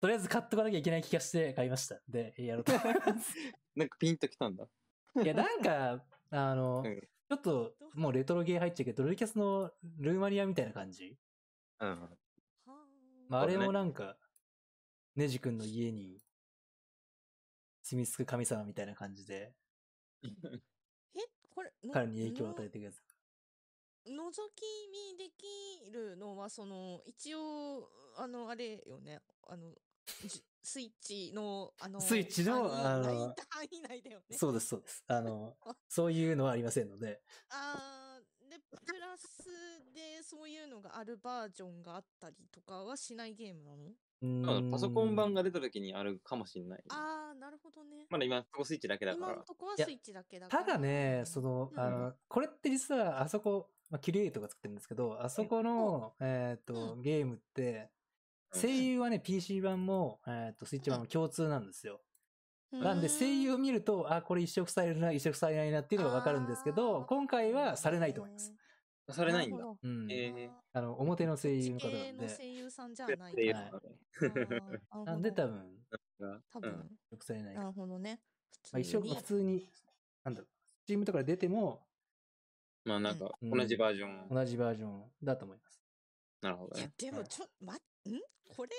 C: とりあえず買っとかなきゃいけない気がして買いました。で、やろうと思い
B: [LAUGHS]
C: ます。
B: なんかピンときたんだ。
C: いや、なんか、あの、
B: うん
C: ちょっと、もうレトロゲー入っちゃうけど、ドルキャスのルーマニアみたいな感じ。
B: うん。
A: は
C: ま
B: そう
C: あ、あ
B: だ
C: れ
B: ね
C: もなんか、ネジ君の家に住み着く神様みたいな感じで、
A: え、これ、の
C: 彼に影響を与えていくやつ。
A: の覗き見できるのは、その、一応、あの、あれよね、あの、じスイッチの、あの、
C: スイッチの
A: 範囲
C: あの
A: 内範囲内だよね。
C: そうです、そうです。あの、そういうのはありませんので、
A: あーで、プラスで、そういうのがあるバージョンがあったりとかはしないゲームなの
C: うーん
B: パソコン版が出た時にあるかもしれない。
A: あー、なるほどね。
B: まだ今、ここスイッチだけだか
A: 今の
B: ら。
A: とこはい
C: や
A: スイッチだけだか
C: た
A: ら。
C: だね、その、
A: うん
C: あの、これって実はあそこ、まあ、キュリエイトが作ってるんですけど、あそこの、えっ、と、ゲームって、
B: うん
C: 声優はね、PC 版も、えっ、と、スイッチ版も共通なんですよ。
A: うー、
C: なんで、声優を見ると、あ、これ移植されるな、移植されないなっていうのがわかるんですけど、
A: あー
C: 今回はされないと思います。
B: されないん
A: る
B: だ。
A: ほど。
C: うん。
B: えー
C: あの、表の声優の方な
A: 地形
C: ん
A: の
C: で
A: 声、優さんじゃない
B: っていう
C: は
B: の
C: い
B: がね
A: あーるほど
C: なんで多分、
B: が
A: 多
B: う
A: 分
B: ん、
C: 移植されない。
A: な
C: ま
A: るほどね。普
C: あ、一応、普通に、なんだろう、スチームとかで出ても、
B: まあなんか、
C: うん
B: 同じバージョン。
C: 同じバージョンだと思います。
B: なるほど
A: いや
B: ね。、
A: で
C: は
A: も
C: い
A: ちょ、ま、んこれ、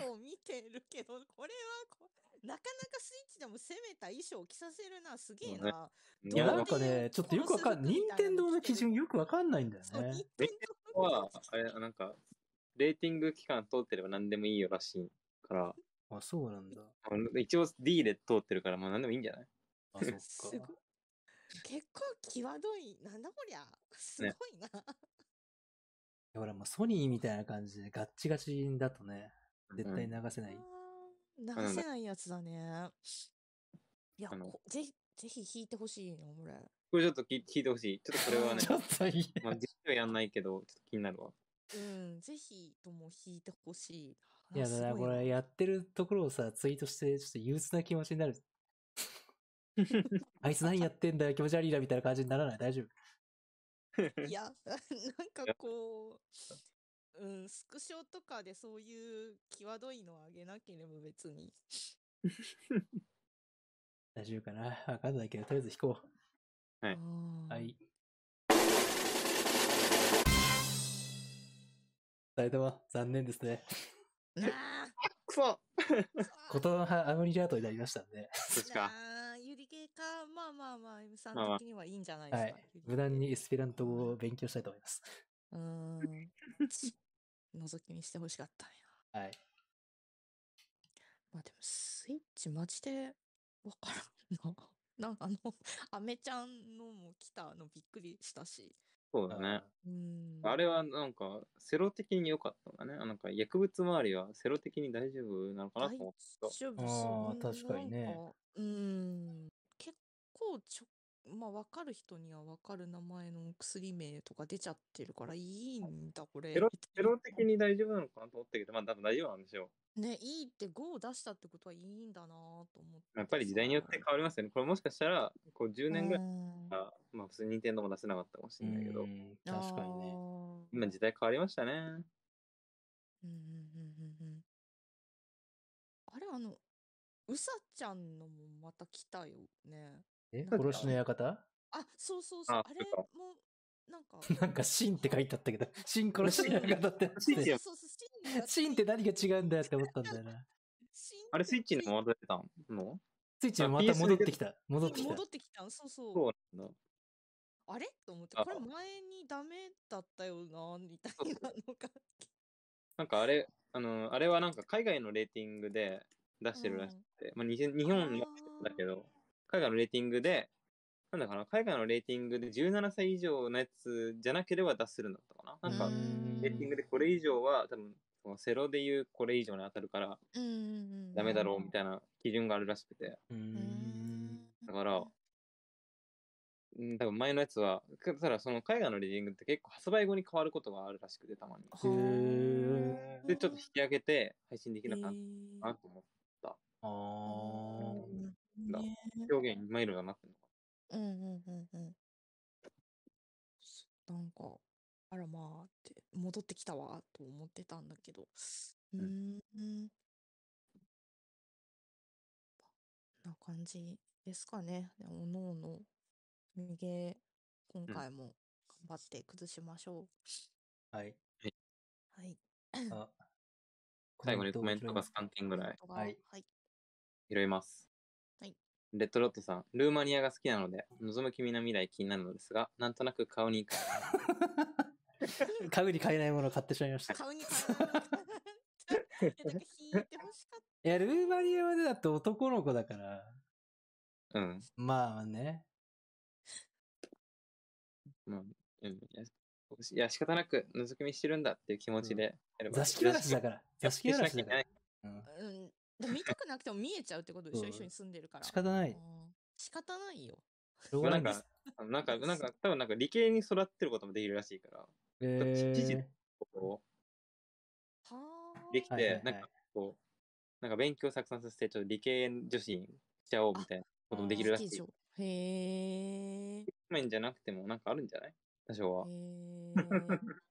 A: 衣装見てるけど、これはこ、なかなかスイッチでも攻めた衣装を着させるな、すげえ
B: そうね
A: な。
C: いや、
A: どう
C: なんか
A: ってい
C: ね
A: う、
C: ちょっとよくわかん、
A: このスー
C: 任
A: プみたい
C: 天
A: なの
C: 堂の
A: 着て
C: 基
A: る
C: 準よくわかんないんだよ
A: そう、
C: ね
A: 任。天
B: えここは、あれ、なんか、レーティング期間通ってれば何でもいいよらしいから、
C: あ、そうなんだ。
B: 一応 D で通ってるから、まあ何でもいいんじゃない
C: あ、そっか。
A: すごい結構際どいなんだこりゃすごいな、
C: ほら、もうソニーみたいな感じでガッチガチだとね、絶対流せない。
A: あー流せないやつだねいや
B: あの
A: こぜひぜひ弾いてほしいのこれ
B: これちょっと聞聞いてほしい。ちょっとこれはね
C: [LAUGHS] ち、ょっといい。
B: まあ実際やんないけど、ちょっと気になるわ。
A: うんぜひとも弾いてほしい
C: いや、
A: あー
C: だ
A: す
C: から
A: ごい
C: こ
A: な
C: れやってるところをさ、ツイートして、ちょっと憂鬱な気持ちになる。あいつ何やってんだよ、気持ち悪いな、みたいな感じにならない。大丈夫。
A: いや、 [LAUGHS] なんかこう、うん、スクショとかでそういう際どいのをあげなければ別に。
C: 大丈夫かな。わかんないけど、とりあえず引こ
B: はい
C: は。
A: はい
C: [LAUGHS] 二人とも残念ですね。
A: なあ、
B: [LAUGHS] くそ
C: [LAUGHS] ことの葉アムリラートになりましたんで、
B: そっちか。
A: なあ、ゆりゲーか、まあまあまあ、M さん
B: まあまあ
A: 的にはいいんじゃないで
C: は
A: す
C: い
A: か。ゆり。
C: 無難にエスペラント語を勉強したいと思います。
A: ゲー。うん。
C: [LAUGHS]
A: [LAUGHS] 覗き見してほしかったんや。
C: はい。
A: まあでも、スイッチマジでわからんな。 [LAUGHS] なんかあの、アメちゃんのも来たのびっくりしたし。
B: そうだね。
A: うん。
B: あれはなんか、セロ的に良かったんだね。あなんか薬物周りはセロ的に大丈夫なのかなと思った。
A: 大丈夫
C: あ
A: そう
C: ー確かにね
A: なんうん結構ちょまあ分かる人には分かる名前の薬名とか出ちゃってるからいいんだこれ [LAUGHS]
B: セロセロ的に大丈夫なのかなと思ったけど、まあ多分大丈夫なんでしょ
A: ねいいって5を出したってことはいいんだなと思って
B: う。やっぱり時代によって変わりますよね。これもしかしたら、こう10年ぐらい、
A: うん
B: まあ普通に任天堂も出せなかったかもしれないけど、
C: うん確かに
A: あー
C: ね。
B: 今時代変わりましたね。
A: うんうんうんうんうんあれあのうさちゃんのもまた来たよね
C: え殺しの館
A: あそうそうそうあ
B: あ
A: れ
B: そうか
A: もなん
B: [LAUGHS]
A: か
C: なんか、シンって書いてあったけど、シン殺しの館ってな
B: シン
C: っ
B: ってて
A: そうそうそうシンが
C: シンって何が違うんだよって思ったんだよな。
A: シン
B: あれスイッチに
A: に
B: もまた出たの
C: スイッチまた戻ってきた。戻ってきた
A: 戻。ってきたそうそう
B: そうなんだ。
A: あれと思って
B: あ
A: これ前にダメだったよなみたいなのが
B: なんかあれ、あの、あれはなんか海外のレーティングで
A: [LAUGHS]
B: 出してるらしくて、まあ、にせん日本もだけど、海外のレーティングで、なんだかな、海外のレーティングで17歳以上のやつじゃなければ出せるんだったかな。なん
C: う
B: か
C: ん、
B: レーティングでこれ以上は、多分、セロで言うこれ以上に当たるから
A: うんうん
B: ダメだろう
A: うん
B: みたいな基準があるらしくて、
C: う
A: う
C: ー
A: んん
B: だからうん、多分前のやつは、ただその海外のレーティングって結構発売後に変わることがあるらしくて、たまに。
A: はー
B: で、ちょっと引き上げて配信できなかっ
A: へー
B: たなと思
C: あー
B: だ
A: ね
B: う。表現にマイルがなってるのか。
A: うんうんうんうんそなんかあらまあって戻ってきたわと思ってたんだけどうー
B: ん
A: んこんな感じですかねでおのおの逃げ今
B: ん
A: 回も頑張って崩しましょ
C: はい。
A: う、はい
C: あ
B: 最後にコメントが3件ぐらい
A: コメントが
C: はい
A: はい
B: 拾います。
A: はい。
B: レッドロットさん、ルーマニアが好きなので、望む君の未来気になるのですが、なんとなく顔に行く。
C: [LAUGHS] 家具に買えないものを買ってしまいました。い
A: 顔に買わない [LAUGHS] いやなんか引いてほしかっ
C: や、ルーマニアはねだって男の子だから。
B: うん。
C: まあね。
B: まあ、うん。いや、いや仕方なく覗き見してるんだっていう気持ちでやれば、
C: 座敷わらしだから。座敷わらしだから。うん
A: たうんでも見たくなくても見えちゃうってことでしょ一緒に住んでるから
C: 仕方な
A: あー
C: い。
A: 仕方ないよ
C: しょうがないんです。
B: あのなんか、なんか、多分なんか理系に育ってることもできるらしいから、
C: え
B: 知事
C: ー
B: ここ
A: はあ
B: でき
C: はいはい
B: て
C: は、い
B: なんかこう、なんか勉強をたくさんさせて、ちょっと理系女子にしちゃおうみたいなこともできるらしい。
A: スキー場へ
C: [LAUGHS]
A: え。へ
B: 面じゃなくてもなんかあるんじゃない多少は。
A: え。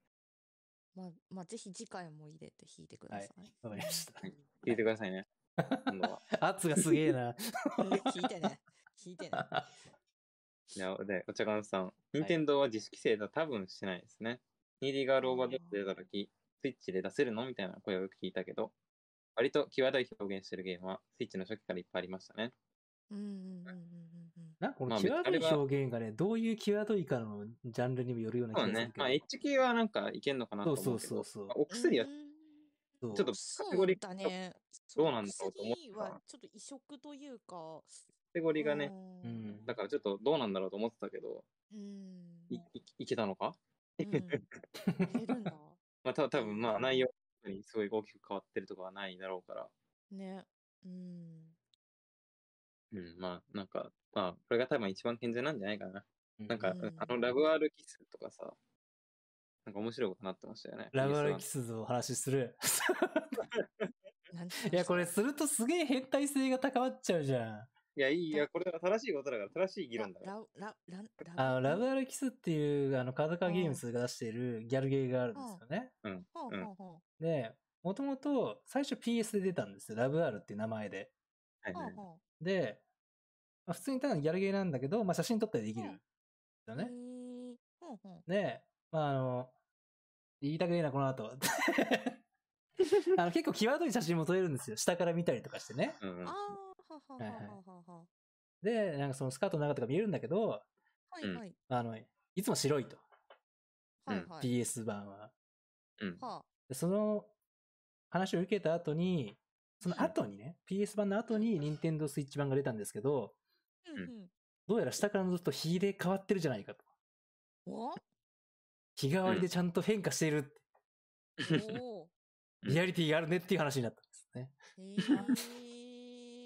A: まあ、まあ、ぜひ次回も入れて弾いてください。
C: わかりました。
B: 聞いてくださいね。今度は。
C: 圧がすげえな。 [LAUGHS]
A: うん弾いてね。弾いてね。
B: じゃあ、で、お茶碗さん。任天堂は自主規制だ多分しないですね。2D がローバードで出た時、スイッチで出せるのみたいな声をよく聞いたけど、割と際どい表現してるゲームは、スイッチの初期からいっぱいありましたね。
A: うんうんうんうんうん
C: なんかこ
B: ま
C: の
B: あ
C: 際ど
B: あれ
C: い
B: は
C: 表現がね、どういう際どいかのジャンルにもよるような気
B: そ
C: が
B: う
C: する
B: ね。
C: けど。
B: まあ、エッジ系はなんかいけんのかなと
C: そう
B: 思
C: そうう
B: け
C: そ
B: ど
C: う、そう。
A: う
B: お
A: ん。
B: 薬は
A: うん
C: そう
B: ちょっと
A: そ
B: カテゴリ
A: う
B: ー
A: だね。
B: どうなんだろうと思った
A: 薬はちょっと異色というか。
B: テゴリーが
A: う
B: ね、
A: ん
C: うん
B: だからちょっとどうなんだろうと思ってたけど、
A: うん。
B: いいいけたのか
A: うんいけるんだ。
B: まあ、た多分まあ内容にすごい大きく変わってるとかはないだろうから、
A: ね。うん。
B: うん、まあなんか、まあこれが多分一番健全なんじゃないかな。なんか、
A: うん
B: あのラブアールキスとかさ、なんか面白いことになってましたよね。
C: ラブアルキ
B: ス。
C: スの話する。
A: なんて
C: いや、これ
A: 話
C: するとすげえ変態性が高まっちゃうじゃん。
B: いや、いい、いや、これは正しいことだから、正しい議
A: だ
B: 論だから。
A: ララララ
C: あの、ラブ
A: ラ
C: アルキスっていう、あの、カードカーゲームズが出しているギャルゲーがあるんですよね。
A: ほうほうほ
C: で、もともと最初 PS で出たんですよ。ラブアルっていう名前で。
B: はいう
A: ほ
B: は
A: う
B: い
A: ほう
C: で、まあ、普通にただのギャルゲーなんだけど、まあ、写真撮ったりできるんですよ
A: へ
C: ね。
A: ーほうほ
C: で、まあ、あの、言いたくねえな、この後。 [LAUGHS] あの結構際どい写真も撮れるんですよ。下から見たりとかしてね。
B: うんう
A: うんあーははは
C: はいはい
A: ははは
C: で、なんかそのスカートの中とか見えるんだけど、
A: は
B: う
A: い
B: ん
A: はい
C: あの、いつも白いと。
A: は
B: う
A: い
B: ん
A: はい
C: PS 版は。
B: うん
A: は
C: でその話を受けた後に、その後にね、PS 版の後に Nintendo Switch 版が出たんですけど、
A: うんうん
C: どうやら下から覗くと日で変わってるじゃないかと。
A: お
C: 日替わりでちゃんと変化しているって、
A: おー
B: うん
C: リアリティがあるねっていう話になったんですね。
A: え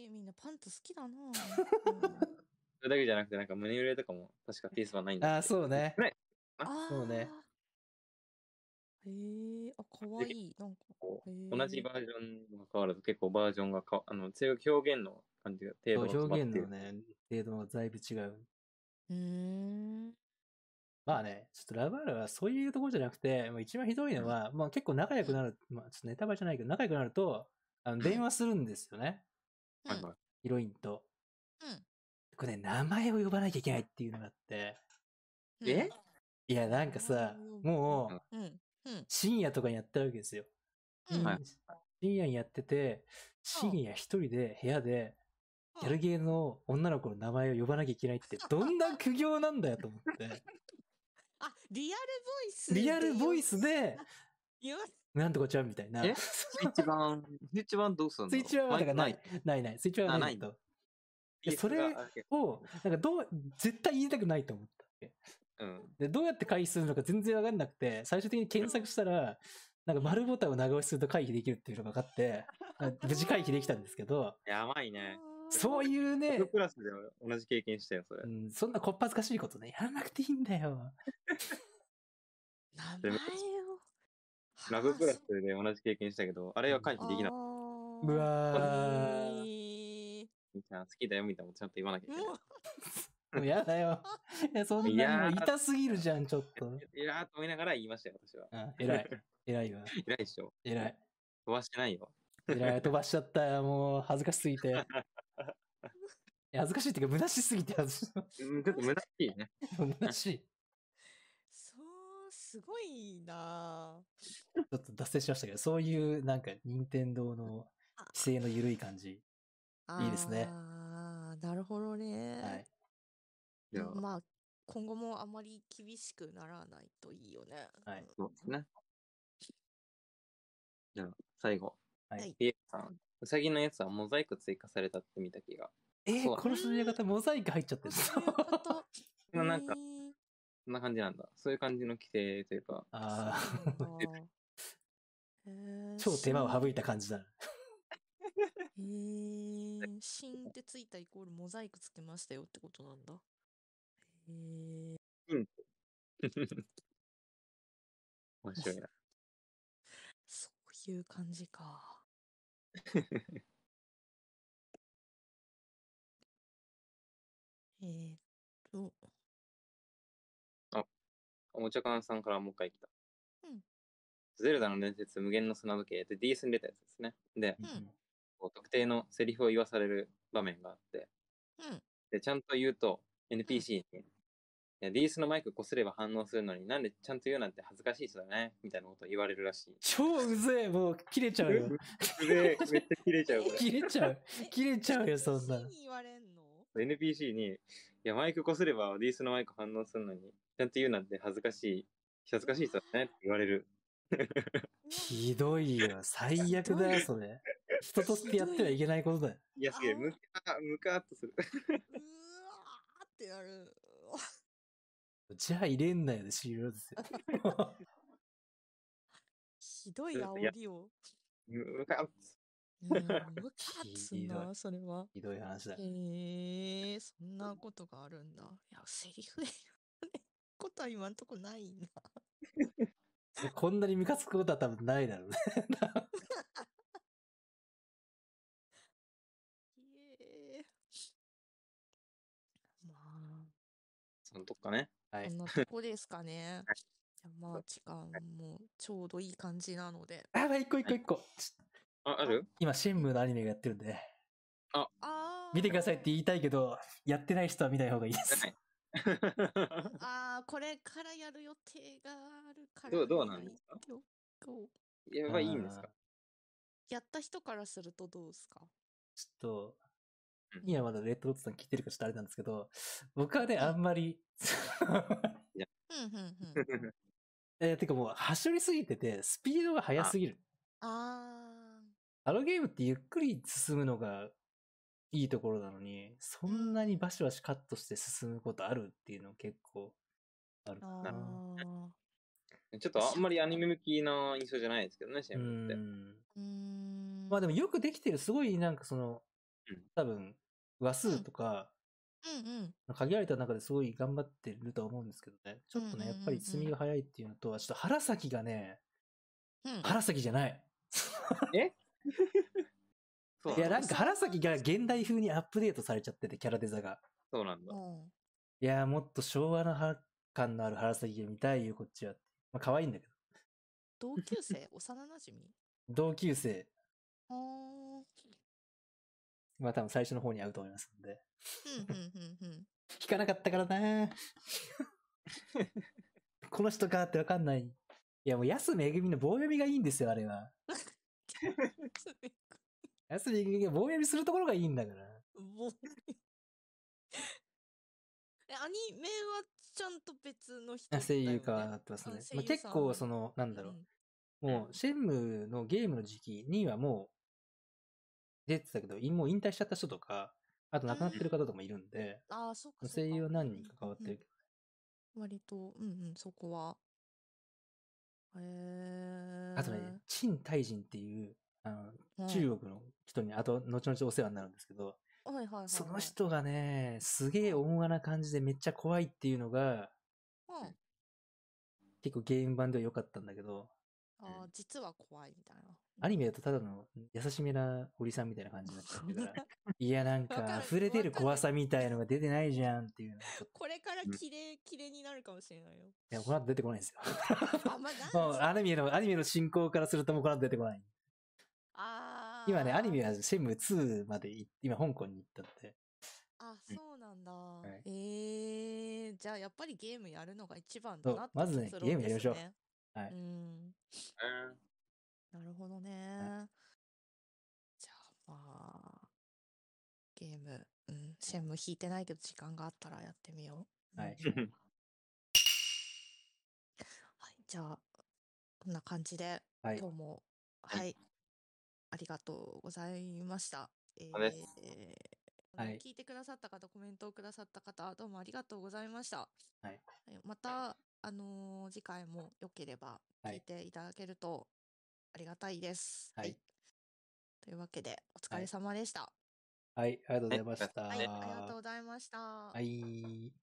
A: ーみんなパンツ好きだなぁうん
B: それだけじゃなくて、なんか胸揺れとかも、確か PS はないんだ。
C: ああ、そうね。
B: ない
A: あ
C: そうね
A: ーへえあ可愛いなんか
B: こ
A: へー
B: 同じバージョンにも変わらず、結構バージョンがかあの強い表現の感じが
C: そう
B: 程度が
C: 表
B: 変わっ
C: 現
B: て
C: の
B: る。
C: ね、程度がだいぶ違う。
A: うーん
C: まあね、ちょっとラバールはそういうところじゃなくて、もう一番ひどいのは、まあ結構仲良くなる、まあちょっとネタバレじゃないけど、仲良くなると、あの電話するんですよね。
B: はいはい
C: ヒロインと。
A: うん
C: これね、名前を呼ばなきゃいけないっていうのがあって。
A: うん
B: え
C: いや、なんかさ、もう、
A: うんうん
C: 深夜とかにやってるわけですよ。
A: うん
B: はい
C: 深夜にやってて、深夜一人で部屋で、ギャルゲーの女の子の名前を呼ばなきゃいけないって、どんな苦行なんだよと思って。
A: あリアルボイス
C: リアルボイスで、
A: 言わ
C: なんとかちゃんみたいな。
B: え
C: ス
B: スイッチ版、スイッチ版どうするの
C: イッチはまだない。。ないない。スイッチは
B: あ
C: な
B: ないいんだ
C: と。それ
B: PS があけ
C: を、なんかどう、絶対言いたくないと思ったわけ。
B: うん。
C: で、どうやって回避するのか全然わかんなくて、最終的に検索したら、なんか丸ボタンを長押しすると回避できるっていうのが分かって、無事回避できたんですけど、
B: やばいね。
C: そういうね
B: プ、クラスで同じ経験したよ、それ
C: う。ん、そんなこっぱずかしいことね、やらなくていいんだよ。
A: 名前を
B: ラブプラスで同じ経験したけど、あれは回避できな
A: あ
B: い。
A: ー
C: う
A: え
C: わー。
A: ー
B: みたいな好きだよみたいなのもちゃんと言わなきゃいけない
A: もう。
C: もうやだよ。いや、そん
B: い
C: な
B: や
C: の
B: ー
C: 痛すぎるじゃん、ちょっと。
B: いやーと思いながら言いましたよ、私は。
C: うん、偉い。偉いわ。
B: [LAUGHS] 偉いでしょ。
C: 偉い。
B: 飛ばしてないよ。
C: 偉い。飛ばしちゃったよ。もう、恥ずかしすぎて。いや恥ずかしいっていうか、虚しすぎて、恥ず
B: うんちょっと虚しいね。
C: 虚しい。
A: そうすごいな
C: ちょっと脱線しましたけど、そういう、なんか、任天堂の姿勢の緩い感じ。
A: あ
C: いいですね
A: あーなるほどね、
C: はい。
B: いや
A: まあ今後もあまり厳しくならないといいよね
C: はい
B: そうですね。じゃあ、最後。
C: はい
A: はい
B: ピエロさん。うさぎのやつはモザイク追加されたって見た気が。
C: えー
B: そう
C: この進め方、モザイク入っちゃって
A: うん
C: る。
A: そういうこと
C: [LAUGHS]
B: 今なんか
A: え、ー
B: そんな感じなんだ。そういう感じの規定という [LAUGHS] か。
C: ああ、
A: そうなんだえー
C: 超手間を省いた感じだな。
A: へー、シーンってついたイコールモザイクつけましたよってことなんだ。へー、
B: 面白いな。
A: そういう感じか。
B: [LAUGHS]
A: えーっと、
B: おもちゃかんさんからもう一回来た。
A: うん
B: ゼルダの伝説、無限の砂時計で DS に出たやつですね。で、
A: ん
B: こう特定のセリフを言わされる場面があって、
A: うん、
B: で、ちゃんと言うと NPC に、いや DS のマイクこすれば反応するのになんでちゃんと言うなんて恥ずかしい人だね、みたいなことを言われるらしい。
C: 超うぜえ、もう、切れちゃうよ。
B: で、 [LAUGHS] めっちゃ切れちゃう、こ
C: 切れちゃう。切れちゃうよ、そんなの
A: 何。言われんの
B: れ。NPC に、いや、マイクこすれば DS のマイク反応するのに、ちゃんと言うなんて恥ずかしい、恥ずかしい人だねって言われる。
C: ひどいよ。最悪だよ、それ。人としてやってはいけないことだよ。
B: いや、すげえ、むか、むかっとする。 [LAUGHS]
A: うわーってなる。うわ
C: じゃあ入れんなよで終了です [LAUGHS] よ。
A: ひどい
B: ちょっとや
A: 煽りを。
B: むむかっとす
A: うん、
C: [LAUGHS]
A: むかっつん
C: ひど
A: な、それは。
C: ひどい話だ。
A: へえ、そんなことがあるんだ。いや、セリフで言う [LAUGHS] ことは今んとこないな。 [LAUGHS]
C: こんなにムカつくことは多分ないだろうね。
A: へえ。ま
B: る。そのとこかね。
C: は
A: あ、
C: い
A: こん。なとこですかね
B: は。
A: じゃあまあ、時間もちょうどいい感じなので。
C: [LAUGHS] あ、まあ、一個一個一個。ちょ
B: あ、ある [LAUGHS]
C: 今、シェンムーのアニメがやってるんでね。
A: あー
C: 見てくださいって言いたいけど、やってない人は見ない方がいいです。
A: あー、これからやる予定があるから。
B: どう、どうなんですか
A: 今日今日
B: やばいいんですか [LAUGHS]
A: やった人からするとどうですか
C: ちょっと
B: うん、
C: 今まだレッドロットさん聞いてるかちょっとあれなんですけど、僕はね、あんまり、 [LAUGHS]
A: うんうん
B: [LAUGHS]
A: うん。
C: えーてかもう、走りすぎてて、スピードが速すぎる。
A: あ
C: あのゲームってゆっくり進むのがいいところなのに、そんなにバシバシカットして進むことあるっていうの結構ある
A: ー
C: か
A: あ
C: な。
A: ー。
B: ちょっとあんまりアニメ向きな印象じゃないですけどね、シ
C: う
B: ェムって。
C: ん。
A: うーん。
C: まあでもよくできてる、すごいなんかその
B: うん、
C: 多分、話数とか、
A: うんうん。
C: 限られた中ですごい頑張ってるとは思うんですけどね。ちょっ
A: う
C: とね、
A: んうんうんう
C: や
A: ん
C: っぱり積みが早いっていうのと、ちょっと腹先がね、
A: うん、
C: 腹先じゃない。
B: そう
C: いや、
B: な
C: なんん
B: だ。
C: か腹先が現代風にアップデートされちゃってて、キャラデザが。
B: そうなんだ。
A: うん
C: いやー、もっと昭和の腹感のある腹先が見たいよ、こっちは。まあ、可愛いんだけど。
A: 同級生幼なじみ
C: 同級生、
A: あーうん
C: まあ多分最初の方に会うと思いますので。
A: うんうんうん
C: [LAUGHS] 聞かなかったからな [LAUGHS] この人かってわかんない。いや、もう安めぐみの棒読みがいいんですよ、あれは。安めぐみが棒読みするところがいいんだから。
A: もう [LAUGHS] えアニメはちゃんと別の人だ
C: あ
A: よ、ね、
C: 声優化はなってますね。まあ、結構その、なんだろう。もう、シェンムーのゲームの時期にはもう、出てたけど、いもう引退しちゃった人とか、あと亡くなってる方とかもいるんで、
A: ああーそうかそうか
C: 声優は何人か変わってるけど、
A: うん割とうんうんそこはへえ
C: あとね、陳泰人っていう、あの、中国の人に、あと、後々お世話になるんですけど、
A: 国はいはいはい、はい、
C: その人がね、すげえ温和な感じでめっちゃ怖いっていうのが、
A: うん
C: 結構ゲーム版では良かったんだけど、
A: あー実は怖いみたいな
C: アニメだとただの優しめなおりさんみたいな感じになっちゃってるから、 [LAUGHS] いやなん
A: わか
C: か
A: る
C: 溢れ出る怖さみたいのが出てないじゃんっていうのがちょっと
A: これから
B: うん
A: キレキレになるかもしれないよ
C: いや、この後出てこないんです
A: あ
C: よ。 [LAUGHS]
A: まあなん
C: もうアニメの、アニメの進行からするともうこの後出てこない。
A: あー
C: 今ね、アニメはシェンムー2までい今香港に行ったって。
A: あ、
B: うん
A: そうなんだ。
C: い
A: ええじゃあやっぱりゲームやるのが一番だ
C: そう
A: なって
C: まずね
A: 結論
C: ゲームやりましょう
A: ですね
C: はい
A: うん。なるほどね。じゃあまあ、ゲーム、うん、シェンム引いてないけど時間があったらやってみよう。
C: はい
A: うんはい、じゃあ、こんな感じで、
C: はい
A: 今。日も、は、
B: はいい
A: ありがとうございました。え
B: お疲れ様で
A: ー
C: は
A: あ
C: い
A: の聞いてくださった方、コメントをくださった方、どうもありがとうございました。
C: はい
A: また、あのー次回も良ければ
C: は
A: 聞
C: い
A: いていただけるとありがたいです。
C: はい
A: というわけで、お疲
C: は
A: れ
C: い
A: 様でした。
C: はい、ありがとうございました。
A: はい、ありがとうございました。
C: はい。